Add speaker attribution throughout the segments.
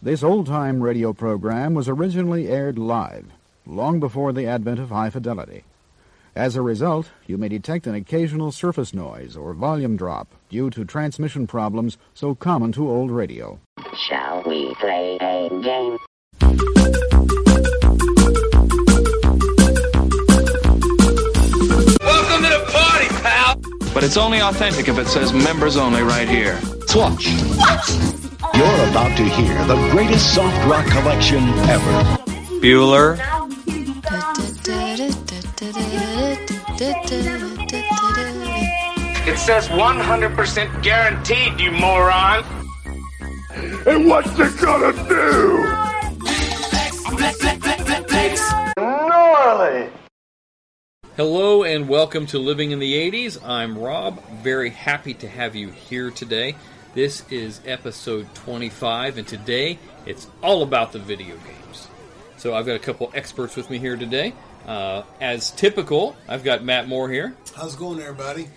Speaker 1: This old time radio program was originally aired live, long before the advent of high fidelity. As a result, you may detect an occasional surface noise or volume drop due to transmission problems so common to old radio.
Speaker 2: Shall we play a game?
Speaker 3: Welcome to the party, pal!
Speaker 4: But it's only authentic if it says members only right here.
Speaker 5: Swatch. You're about to hear the greatest soft rock collection ever.
Speaker 4: Bueller.
Speaker 3: It says 100% guaranteed, you moron!
Speaker 6: Hello and welcome to Living in the 80s. I'm Rob. Very happy to have you here today. This is episode 25, and today it's all about the video games. So I've got a couple experts with me here today. Uh, as typical, I've got Matt Moore here.
Speaker 7: How's it going, everybody?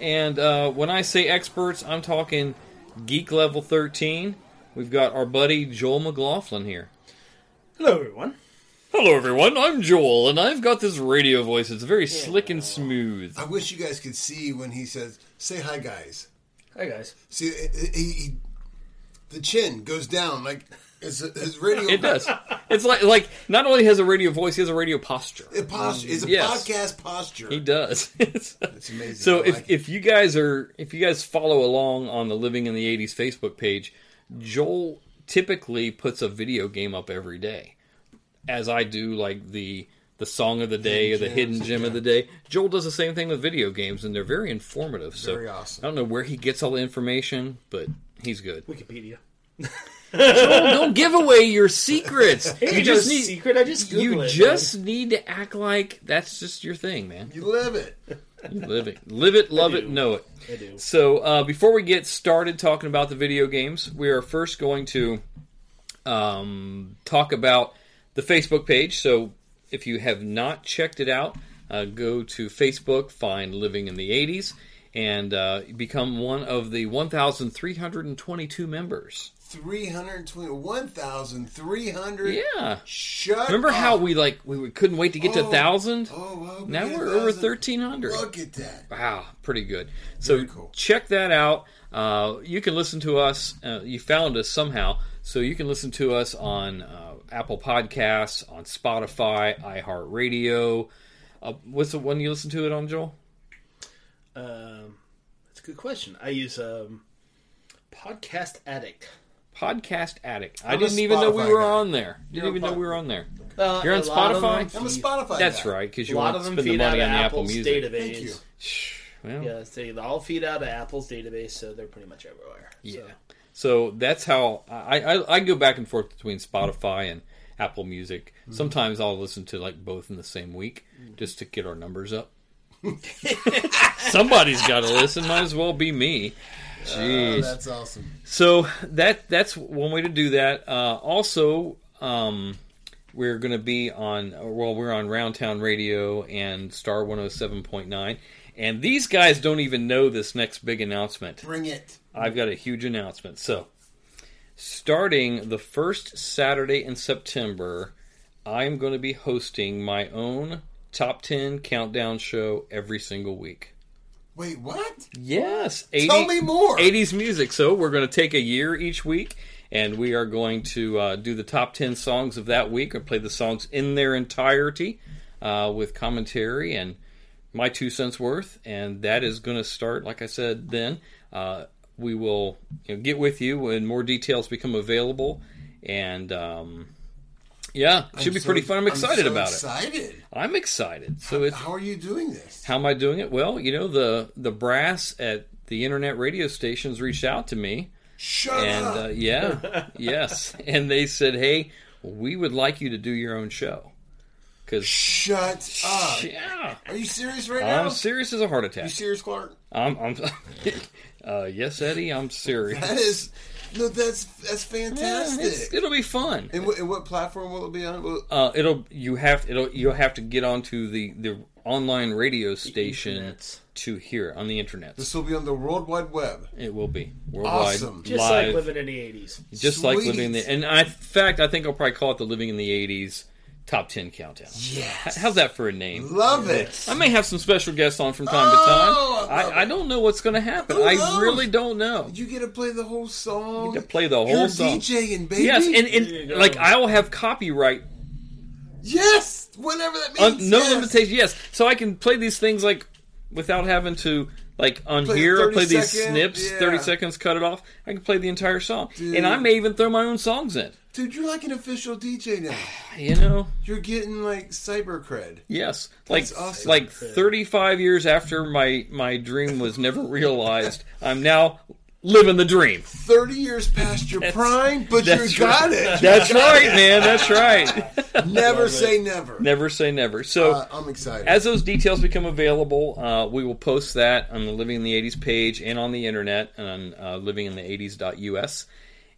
Speaker 6: And uh, when I say experts, I'm talking geek level 13. We've got our buddy Joel McLaughlin here.
Speaker 8: Hello, everyone.
Speaker 6: Hello, everyone. I'm Joel, and I've got this radio voice. It's very slick and smooth.
Speaker 7: I wish you guys could see when he says, "Say hi, guys."
Speaker 8: Hi, guys.
Speaker 7: See, he, he, he- the chin goes down like his, his radio.
Speaker 6: It does. It's like like not only has a radio voice, he has a radio posture.
Speaker 7: It posture is a
Speaker 6: Um, Yes.
Speaker 7: podcast posture.
Speaker 6: He does. it's
Speaker 7: amazing.
Speaker 6: So
Speaker 7: I
Speaker 6: if
Speaker 7: like it.
Speaker 6: if you guys are if you guys follow along on the Living in the '80s Facebook page, Joel typically puts a video game up every day, as I do like the the song of the day or the hidden gem of the day. Joel does the same thing with video games, and they're very informative. So
Speaker 7: Very awesome.
Speaker 6: I don't know where he gets all the information, but he's good.
Speaker 8: Wikipedia.
Speaker 6: don't give away your secrets.
Speaker 8: Hey,
Speaker 6: you
Speaker 8: no
Speaker 6: just need
Speaker 8: secret. I just Googled
Speaker 6: you
Speaker 8: it,
Speaker 6: just need to act like that's just your thing, man.
Speaker 7: You live it.
Speaker 6: You live it, live it, love it, know it.
Speaker 8: man. I do.
Speaker 6: So uh, before we get started talking about the video games, we are first going to um, talk about the Facebook page. So if you have not checked it out, uh, go to Facebook, find Living in the '80s, and uh, become one of the 1,322 members.
Speaker 7: 321,300.
Speaker 6: Yeah.
Speaker 7: Shut
Speaker 6: Remember
Speaker 7: up.
Speaker 6: how we like we were- couldn't wait to get to
Speaker 7: Oh.
Speaker 6: thousand?
Speaker 7: Oh, wow.
Speaker 6: now
Speaker 7: yeah,
Speaker 6: we're over
Speaker 7: thousand.
Speaker 6: thirteen hundred.
Speaker 7: Look at that.
Speaker 6: Wow, pretty good. So
Speaker 7: Very cool.
Speaker 6: check that out. Uh, you can listen to us. Uh, you found us somehow, so you can listen to us on uh, Apple Podcasts, on Spotify, iHeartRadio. Uh, what's the one you listen to it on, Joel?
Speaker 8: Um, that's a good question. I use um, Podcast Addict.
Speaker 6: Podcast Addict. I
Speaker 7: I'm a
Speaker 6: didn't even know we
Speaker 7: Spotify
Speaker 6: were
Speaker 7: guy.
Speaker 6: on there. Didn't even know
Speaker 8: Pod-
Speaker 6: we were on there.
Speaker 8: Uh,
Speaker 6: You're on
Speaker 8: a lot of
Speaker 6: Spotify?
Speaker 8: them
Speaker 7: I'm a
Speaker 8: feed-
Speaker 7: Spotify.
Speaker 6: That's
Speaker 7: guy.
Speaker 6: right, because
Speaker 8: A
Speaker 6: you
Speaker 8: lot
Speaker 6: want
Speaker 8: of
Speaker 6: to
Speaker 8: them
Speaker 6: spend the
Speaker 8: feed out of
Speaker 6: money on the Apple
Speaker 8: Apple's
Speaker 6: Music.
Speaker 8: database.
Speaker 7: Thank you.
Speaker 6: Well,
Speaker 8: Yeah, so they all feed out of Apple's database, so they're pretty much everywhere.
Speaker 6: Yeah. So that's how I, I I go back and forth between Spotify and Apple Music. Sometimes I'll listen to like both in the same week just to get our numbers up. Somebody's got to listen. Might as well be me. Jeez.
Speaker 7: That's awesome.
Speaker 6: So that that's one way to do that. Uh, also, um, we're going to be on well, we're on Roundtown Radio and Star one hundred seven point nine, and these guys don't even know this next big announcement.
Speaker 7: Bring it.
Speaker 6: I've got a huge announcement. So, starting the first Saturday in September, I'm going to be hosting my own top 10 countdown show every single week.
Speaker 7: Wait, what?
Speaker 6: Yes,
Speaker 7: Tell me more.
Speaker 6: 80s music. So, we're going to take a year each week and we are going to uh, do the top 10 songs of that week and play the songs in their entirety uh, with commentary and my two cents worth, and that is going to start, like I said, then. Uh, we will you know, get with you when more details become available, and um, yeah, it should be
Speaker 7: so-
Speaker 6: pretty fun. I'm excited
Speaker 7: so
Speaker 6: about
Speaker 7: Excited.
Speaker 6: it. I'm excited. So it's
Speaker 7: How are you doing this?
Speaker 6: how am I doing it? Well, you know the the brass at the internet radio stations reached out to me,
Speaker 7: Shut
Speaker 6: and
Speaker 7: up.
Speaker 6: uh, yeah, yes, and they said, hey, we would like you to do your own show because
Speaker 7: Shut up.
Speaker 6: yeah,
Speaker 7: Are you serious right now?
Speaker 6: I'm serious as a heart attack.
Speaker 7: you serious, Clark?
Speaker 6: I'm, I'm uh, yes, Eddie, I'm serious.
Speaker 7: That is, no, that's that's
Speaker 6: Yeah,
Speaker 7: fantastic.
Speaker 6: it's- it'll be fun.
Speaker 7: and, what, and what platform will it be on? Will-
Speaker 6: Uh, it'll you have it'll you'll have to get onto the the online radio station
Speaker 8: internets.
Speaker 6: to hear it on the internet.
Speaker 7: This will be on the World Wide Web.
Speaker 6: It will be worldwide,
Speaker 7: Awesome.
Speaker 8: Just
Speaker 6: live,
Speaker 8: like living in the 80s.
Speaker 6: just like living in the.
Speaker 7: Sweet.
Speaker 6: And I, in fact, I think I'll probably call it the Living in the '80s Top Ten Countdown.
Speaker 7: Yes.
Speaker 6: How's that for a name?
Speaker 7: Love it.
Speaker 6: I may have some special guests on from time
Speaker 7: Oh,
Speaker 6: to
Speaker 7: I love
Speaker 6: time. I, I don't know what's going to happen.
Speaker 7: Who
Speaker 6: I
Speaker 7: knows?
Speaker 6: really don't know.
Speaker 7: You get to play the whole song.
Speaker 6: To play the whole
Speaker 7: You're
Speaker 6: song.
Speaker 7: DJing, baby.
Speaker 6: Yes, and,
Speaker 8: There you
Speaker 6: and
Speaker 8: go.
Speaker 6: like I will have copyright
Speaker 7: yes, whatever that
Speaker 6: un-
Speaker 7: means.
Speaker 6: no
Speaker 7: yes.
Speaker 6: limitations. Yes, so I can play these things like without having to like on
Speaker 7: Play
Speaker 6: here. I
Speaker 7: 30
Speaker 6: play these
Speaker 7: second,
Speaker 6: snips,
Speaker 7: yeah.
Speaker 6: thirty seconds, cut it off. I can play the entire song,
Speaker 7: Dude.
Speaker 6: and I may even throw my own songs in.
Speaker 7: Dude, you're like an official DJ now.
Speaker 6: You know,
Speaker 7: You're getting like cyber cred.
Speaker 6: yes, like
Speaker 7: That's awesome.
Speaker 6: like thirty five years after my my dream was never realized, I'm now living the dream.
Speaker 7: 30 years past your prime, but you
Speaker 6: that's
Speaker 7: got it.
Speaker 6: That's right, man. That's right.
Speaker 7: never say never.
Speaker 6: never say never. So.
Speaker 7: Uh, I'm excited.
Speaker 6: As those details become available, uh, we will post that on the Living in the 80s page and on the internet and on uh, livinginthe80s.us.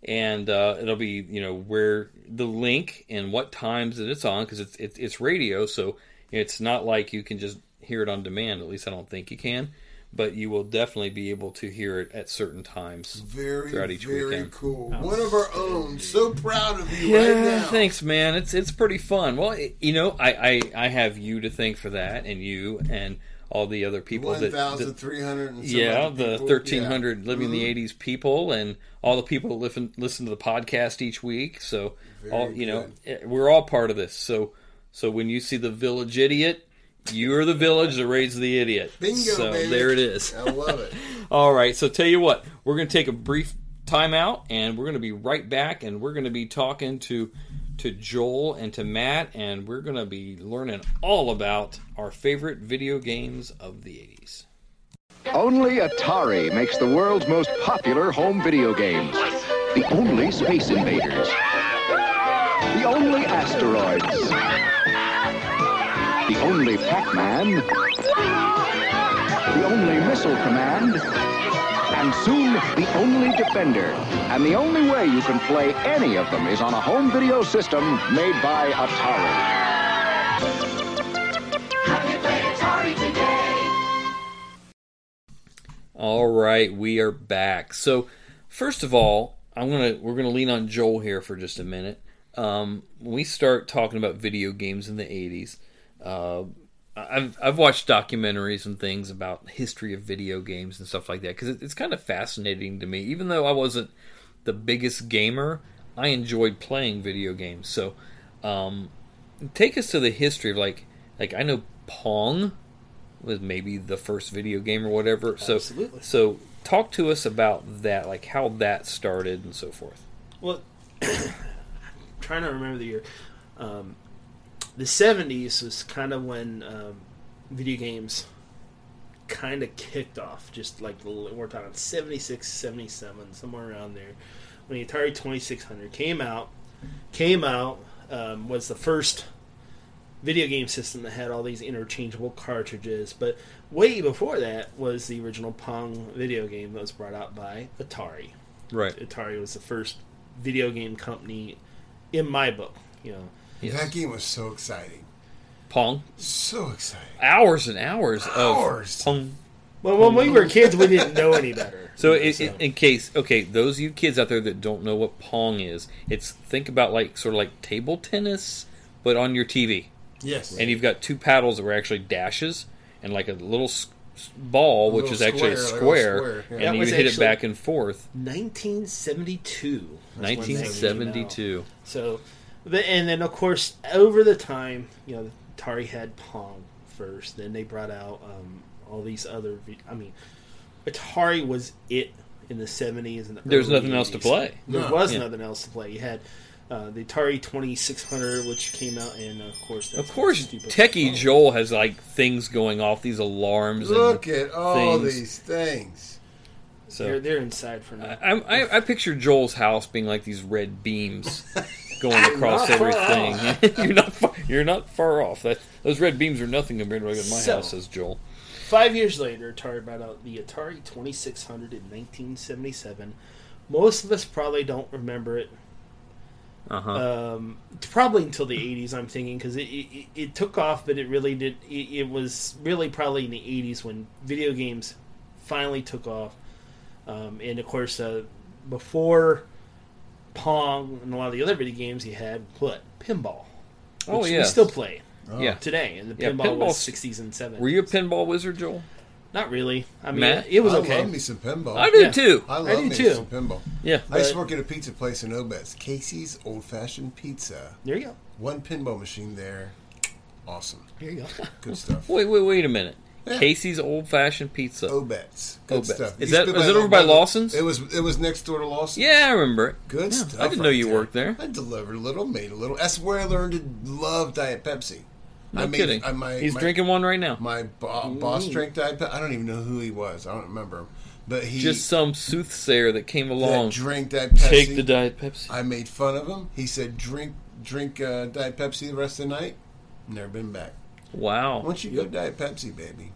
Speaker 6: And uh, it'll be, you know, where the link and what times that it's on because it's, it's, it's radio. So it's not like you can just hear it on demand. At least I don't think you can. But you will definitely be able to hear it at certain times.
Speaker 7: very,
Speaker 6: throughout each
Speaker 7: very
Speaker 6: weekend.
Speaker 7: cool. One of our own. So proud of you right
Speaker 6: Yeah,
Speaker 7: now.
Speaker 6: thanks, man. It's it's pretty fun. Well, it, you know, I, I I have you to thank for that, and you and all the other people that, that
Speaker 7: 1,300 and some
Speaker 6: yeah,
Speaker 7: other
Speaker 6: the
Speaker 7: people.
Speaker 6: thirteen hundred
Speaker 7: Yeah. Mm-hmm.
Speaker 6: living in the '80s people, and all the people that listen listen to the podcast each week. So, all you know, eh, we're all part of this. So, so when you see the village idiot, you're the village that raised the idiot.
Speaker 7: Bingo,
Speaker 6: So
Speaker 7: baby.
Speaker 6: there it is.
Speaker 7: I love it.
Speaker 6: All right. So tell you what, we're going to take a brief timeout, and we're going to be right back, and we're going to be talking to to Joel and to Matt, and we're going to be learning all about our favorite video games of the '80s.
Speaker 5: Only Atari makes the world's most popular home video games. The only Space Invaders. The only Asteroids. The only Pac-Man. The only Missile Command. And soon, the only Defender. And the only way you can play any of them is on a home video system made by Atari.
Speaker 6: All right, we are back. So, first of all, I'm gonna we're gonna lean on Joel here for just a minute. Um, when we start talking about video games in the '80s, uh, I've I've watched documentaries and things about history of video games and stuff like that because it, it's kind of fascinating to me. Even though I wasn't the biggest gamer, I enjoyed playing video games. So, um, take us to the history of like like I know Pong was maybe the first video game or whatever. So
Speaker 8: Absolutely.
Speaker 6: so talk to us about that, like how that started and so forth.
Speaker 8: Well, trying to remember the year. Um, the 70s was kind of when um, video games kind of kicked off. Just like the- we're talking 76, 77, somewhere around there. When the Atari 2600 came out, came out um, was the first video game system that had all these interchangeable cartridges. But way before that was the original Pong video game that was brought out by Atari.
Speaker 6: Right.
Speaker 8: Atari was the first video game company in my book. You know,
Speaker 7: That game was so exciting.
Speaker 6: Pong.
Speaker 7: So exciting.
Speaker 6: Hours and hours,
Speaker 7: Hours.
Speaker 6: of Pong.
Speaker 8: well, when we were kids, we didn't know any better.
Speaker 6: So, i i in case, okay, those of you kids out there that don't know what Pong is, it's think about like sort of like table tennis, but on your TV.
Speaker 7: Yes.
Speaker 6: and you've got two paddles that were actually dashes and like a little s- s- ball which
Speaker 7: little
Speaker 6: is actually
Speaker 7: square,
Speaker 6: a
Speaker 7: a
Speaker 6: square,
Speaker 7: little square, yeah.
Speaker 8: That
Speaker 6: and you
Speaker 8: was
Speaker 6: hit it
Speaker 8: actually-
Speaker 6: back and forth
Speaker 8: 1972.
Speaker 7: when
Speaker 6: 1972
Speaker 8: So, the, and then of course, over the time, you know, Atari had Pong first. Then they brought out um, all these other. vi- I mean, Atari was it in the 70s and the
Speaker 6: there's
Speaker 8: early
Speaker 6: nothing else to
Speaker 8: 80s.
Speaker 6: play
Speaker 8: There was
Speaker 6: Yeah.
Speaker 8: nothing else to play. You had uh, the Atari 2600, which came out, and of course, that's
Speaker 6: of course
Speaker 8: stupid.
Speaker 6: techie joel has like things going off these alarms
Speaker 7: Look
Speaker 6: and
Speaker 7: at all
Speaker 6: things.
Speaker 7: these things.
Speaker 8: They're,
Speaker 6: so
Speaker 8: they're inside for now.
Speaker 6: I, I, I picture joel's house being like these red beams going across
Speaker 8: not far
Speaker 6: everything you're not far, you're not far off that those red beams are nothing compared to what I got in my
Speaker 8: So-
Speaker 6: house says joel
Speaker 8: Five years later, Atari brought out the Atari 2600 in 1977. Most of us probably don't remember it
Speaker 6: Uh-huh.
Speaker 8: Um, probably until the 80s, I'm thinking, because it, it it took off, but it really did. It, it was really probably in the 80s when video games finally took off. Um, and of course, uh, before Pong and a lot of the other video games, you had what pinball,
Speaker 6: Oh
Speaker 8: which
Speaker 6: yeah,
Speaker 8: we still play
Speaker 6: yeah.
Speaker 8: today. And the
Speaker 6: Yeah,
Speaker 8: pinball was
Speaker 6: pinball's-
Speaker 8: 60s and 70s.
Speaker 6: Were you a pinball wizard, Joel?
Speaker 8: Not really. I mean,
Speaker 6: Matt?
Speaker 8: it was
Speaker 7: I
Speaker 8: okay.
Speaker 7: love me some pinball.
Speaker 6: I do
Speaker 8: Yeah.
Speaker 6: too.
Speaker 7: I love
Speaker 8: do
Speaker 7: me
Speaker 8: too.
Speaker 7: some pinball.
Speaker 6: Yeah,
Speaker 7: I used to work at a pizza place in Obetz, Casey's Old Fashioned Pizza.
Speaker 8: There you go.
Speaker 7: One pinball machine there. Awesome.
Speaker 8: There you go.
Speaker 7: Good stuff.
Speaker 6: Wait, wait, wait a minute.
Speaker 7: Yeah. Oh.
Speaker 6: Casey's old fashioned pizza.
Speaker 7: Obetz. Good
Speaker 6: Obetz.
Speaker 7: stuff.
Speaker 6: Is
Speaker 7: Used
Speaker 6: that-
Speaker 7: to be
Speaker 6: is it over by Lawson's?
Speaker 7: It was. It was next door to Lawson's.
Speaker 6: Yeah, I remember it.
Speaker 7: Good
Speaker 6: Yeah,
Speaker 7: stuff.
Speaker 6: I didn't know
Speaker 7: right
Speaker 6: you worked there.
Speaker 7: I delivered a little, made a little. That's where I learned to love Diet Pepsi.
Speaker 6: No
Speaker 7: I made,
Speaker 6: kidding.
Speaker 7: I, my,
Speaker 6: He's
Speaker 7: my-
Speaker 6: drinking Mm-hmm. one right now.
Speaker 7: My bo- boss drank Diet Pepsi. I don't even know who he was. I don't remember him. But he
Speaker 6: Just some soothsayer that came
Speaker 7: that
Speaker 6: along.
Speaker 7: drank Diet Pepsi.
Speaker 6: Take the Diet Pepsi.
Speaker 7: I made fun of him. He said, "Drink, drink uh, Diet Pepsi the rest of the night." Never been back.
Speaker 6: Wow.
Speaker 7: Once you go Diet Pepsi, baby.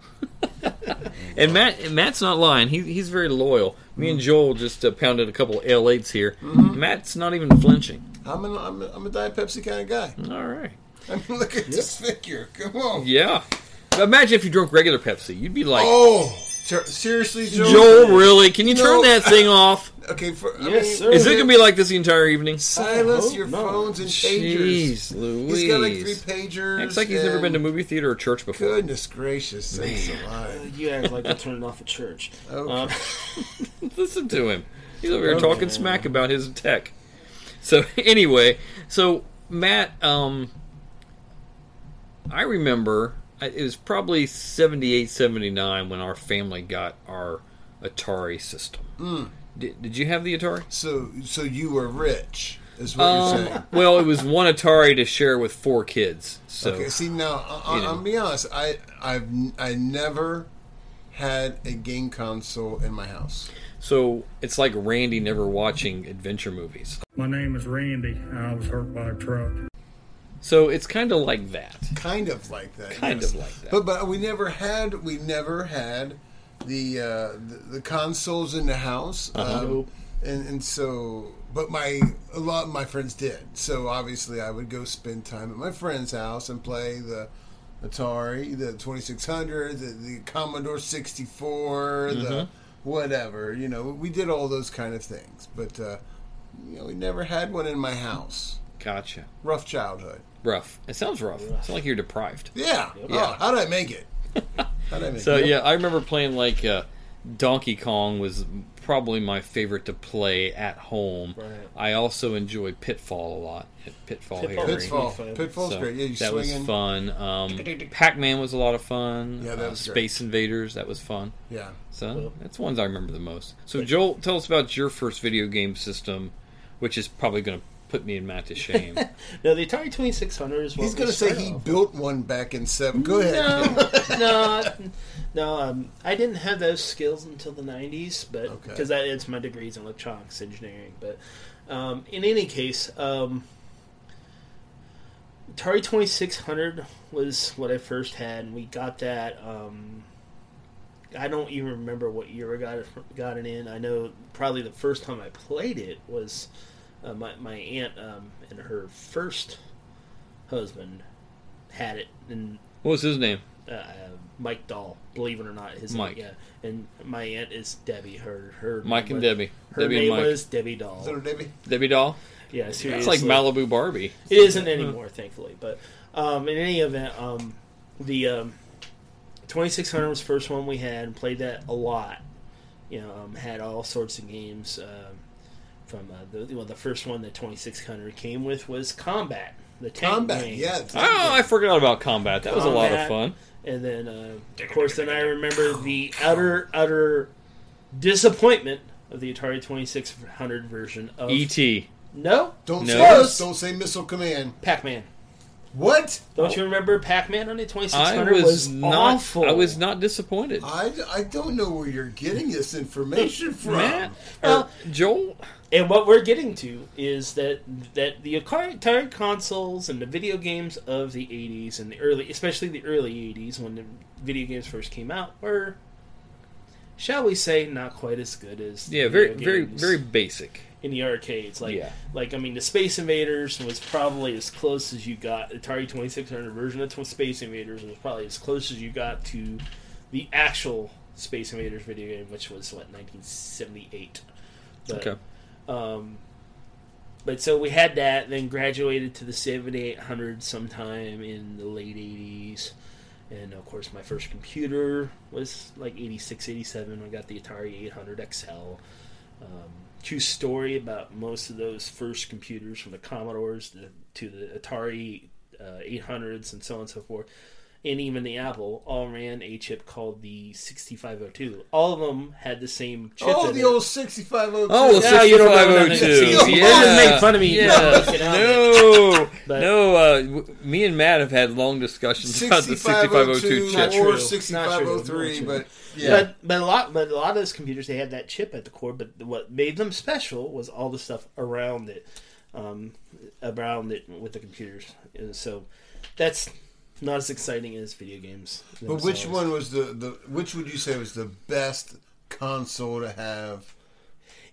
Speaker 6: And Matt and Matt's not lying. He, he's very loyal. Me and Joel just uh, pounded a couple L8s here. Matt's not even flinching.
Speaker 7: I'm an, I'm a, I'm a Diet Pepsi kind of guy.
Speaker 6: All right.
Speaker 7: I mean, look at this figure. Come on.
Speaker 6: Hmm. Yeah. Imagine if you drunk regular Pepsi. You'd be like,
Speaker 7: Oh, ter- seriously, Joel.
Speaker 6: Joel, really? Can you turn
Speaker 7: No.
Speaker 6: that thing off?
Speaker 7: Okay, for, I
Speaker 8: Yes,
Speaker 7: mean,
Speaker 8: sir.
Speaker 6: Is it going to be like this the entire evening?
Speaker 7: Silence your
Speaker 8: no.
Speaker 7: phones and pagers.
Speaker 6: Oh, Jeez Louise.
Speaker 7: He's got like three pagers.
Speaker 6: Acts like he's never
Speaker 7: and-
Speaker 6: been to movie theater or church before.
Speaker 7: Goodness gracious, sakes alive.
Speaker 8: You guys like to turn it off at church.
Speaker 6: Oh.
Speaker 7: Okay.
Speaker 8: Um,
Speaker 6: Listen to him. He's over here talking smack about his tech. So anyway, so Matt, um, I remember I- it was probably 78, 79 when our family got our Atari system.
Speaker 7: Hmm.
Speaker 6: Did, did you have the Atari?
Speaker 7: So, so you were rich, is what
Speaker 6: Um,
Speaker 7: you're saying.
Speaker 6: well, it was one Atari to share with four kids. So
Speaker 7: Okay, see now, I, I,
Speaker 6: you know.
Speaker 7: I'll be honest. I, I've, n- I never had a game console in my house.
Speaker 6: so it's like Randy never watching adventure movies.
Speaker 9: My name is Randy, and I was hurt by a truck.
Speaker 6: So it's kind of like that.
Speaker 7: Kind of like that.
Speaker 6: Kind
Speaker 7: yes.
Speaker 6: of like that.
Speaker 7: But, but we never had, we never had the, uh, the, the consoles in the house.
Speaker 6: Uh-huh.
Speaker 7: Um, and, and so, but my, a lot of my friends did. So obviously I would go spend time at my friend's house and play the, Atari, the 2600, the, the Commodore 64, the
Speaker 6: Mm-hmm.
Speaker 7: whatever. You know, we did all those kind of things, but uh, you know, we never had one in my house.
Speaker 6: Gotcha.
Speaker 7: Rough childhood.
Speaker 6: Rough. It sounds rough. It's not like you're deprived.
Speaker 7: Yeah.
Speaker 6: Yeah.
Speaker 7: Oh, how would I make it? How would I make
Speaker 6: So
Speaker 7: it?
Speaker 6: yeah, I remember playing like uh, Donkey Kong was probably my favorite to play at home.
Speaker 8: Right.
Speaker 6: I also enjoyed Pitfall a lot. Pitfall,
Speaker 8: Pitfall.
Speaker 6: Harry.
Speaker 7: Pitfall.
Speaker 8: Fun.
Speaker 7: Pitfall's
Speaker 6: So
Speaker 7: great. Yeah, you
Speaker 6: that was
Speaker 7: swinging.
Speaker 6: fun. Um, Pac-Man was a lot of fun.
Speaker 7: Yeah, that
Speaker 6: Uh,
Speaker 7: was great.
Speaker 6: Space Invaders that was fun.
Speaker 7: Yeah.
Speaker 6: So that's ones I remember the most. So Joel, tell us about your first video game system, which is probably going to put me and Matt to shame.
Speaker 8: no, the Atari 2600 is what
Speaker 7: He's
Speaker 8: we
Speaker 7: gonna say
Speaker 8: started
Speaker 7: he
Speaker 8: off
Speaker 7: built one back in seven. Go ahead.
Speaker 8: with. no, no. Um, I didn't have those skills until the 90s, but
Speaker 7: Okay.
Speaker 8: because I it's my degrees in electronics engineering. But um, in any case, um, Atari 2600 was what I first had, and we got that. Um, I don't even remember what year I got it, got it in. I know probably the first time I played it was uh, my my aunt um, and her first husband had it, and
Speaker 6: what was his name?
Speaker 8: uh, Mike Dahl. Believe it or not, his
Speaker 6: Mike.
Speaker 8: yeah. And my aunt is Debbie. Her her
Speaker 6: Mike and
Speaker 8: was-
Speaker 6: Debbie.
Speaker 8: Her
Speaker 6: Debbie and
Speaker 8: name
Speaker 6: Mike.
Speaker 8: was Debbie Dahl.
Speaker 7: Little Debbie.
Speaker 6: Debbie Doll.
Speaker 8: Yeah, seriously,
Speaker 6: It's like Malibu Barbie.
Speaker 8: It isn't anymore, thankfully. But um, in any event, um, the um, 2600 was the first one we had and played that a lot. You know, um, had all sorts of games. Um, from uh, the well, the first one the 2600 came with was Combat, the tank
Speaker 7: Combat.
Speaker 8: game.
Speaker 7: Yeah.
Speaker 6: Oh, I forgot about combat. That was a lot of fun.
Speaker 8: Combat. And then, uh, of course, then I remember the utter, utter disappointment of the Atari 2600 version of
Speaker 6: E.T.
Speaker 8: No
Speaker 7: Don't
Speaker 6: No.
Speaker 7: say this. Don't say Missile Command.
Speaker 8: Pac-Man.
Speaker 7: What?
Speaker 8: Don't you remember Pac-Man on the 2600
Speaker 6: Oh. I was,
Speaker 8: was
Speaker 6: not.
Speaker 8: awful.
Speaker 6: I was not disappointed.
Speaker 7: I, I don't know where you're getting this information from.
Speaker 6: Matt
Speaker 7: Uh,
Speaker 8: Well-
Speaker 6: or Joel.
Speaker 8: Uh, And what we're getting to is that that the entire consoles and the video games of the 80s and the early, especially the early 80s when the video games first came out, were, shall we say, not quite as good as the
Speaker 6: Yeah, very,
Speaker 8: video
Speaker 6: very,
Speaker 8: games.
Speaker 6: very basic.
Speaker 8: in the arcades. Like,
Speaker 6: Yeah.
Speaker 8: like I mean, the Space Invaders was probably as close as you got. Atari Twenty Six Hundred version of tw- Space Invaders was probably as close as you got to the actual Space Invaders video game, which was what 1978. But,
Speaker 6: Okay.
Speaker 8: but so we had that, then graduated to the 7800 sometime in the late 80s. And of course, my first computer was like 86, 87. I got the Atari 800 XL. Um, true story about most of those first computers from the Commodores to, to the Atari uh, 800s and so on and so forth. And even the Apple all ran a chip called the 6502. All of them had the same chip.
Speaker 7: Oh,
Speaker 8: in
Speaker 7: the
Speaker 8: it.
Speaker 7: old 6502.
Speaker 6: Oh,
Speaker 8: Yeah, you don't know nothing. See, you
Speaker 6: Yeah.
Speaker 8: wanted to make fun of me.
Speaker 6: Yeah.
Speaker 8: Get out of
Speaker 6: No.
Speaker 8: But-
Speaker 6: no. Uh, w- me and Matt have had long discussions about the
Speaker 8: Not true.
Speaker 6: 6502 chip.
Speaker 7: oh or
Speaker 8: Not true.
Speaker 7: 6503,
Speaker 8: Not true.
Speaker 7: but yeah.
Speaker 8: But but a lot but a lot of those computers they had that chip at the core. But what made them special was all the stuff around it, um, around it with the computers. And so that's not as exciting as video games.
Speaker 7: But which
Speaker 8: themselves.
Speaker 7: one was the, the which would you say was the best console to have?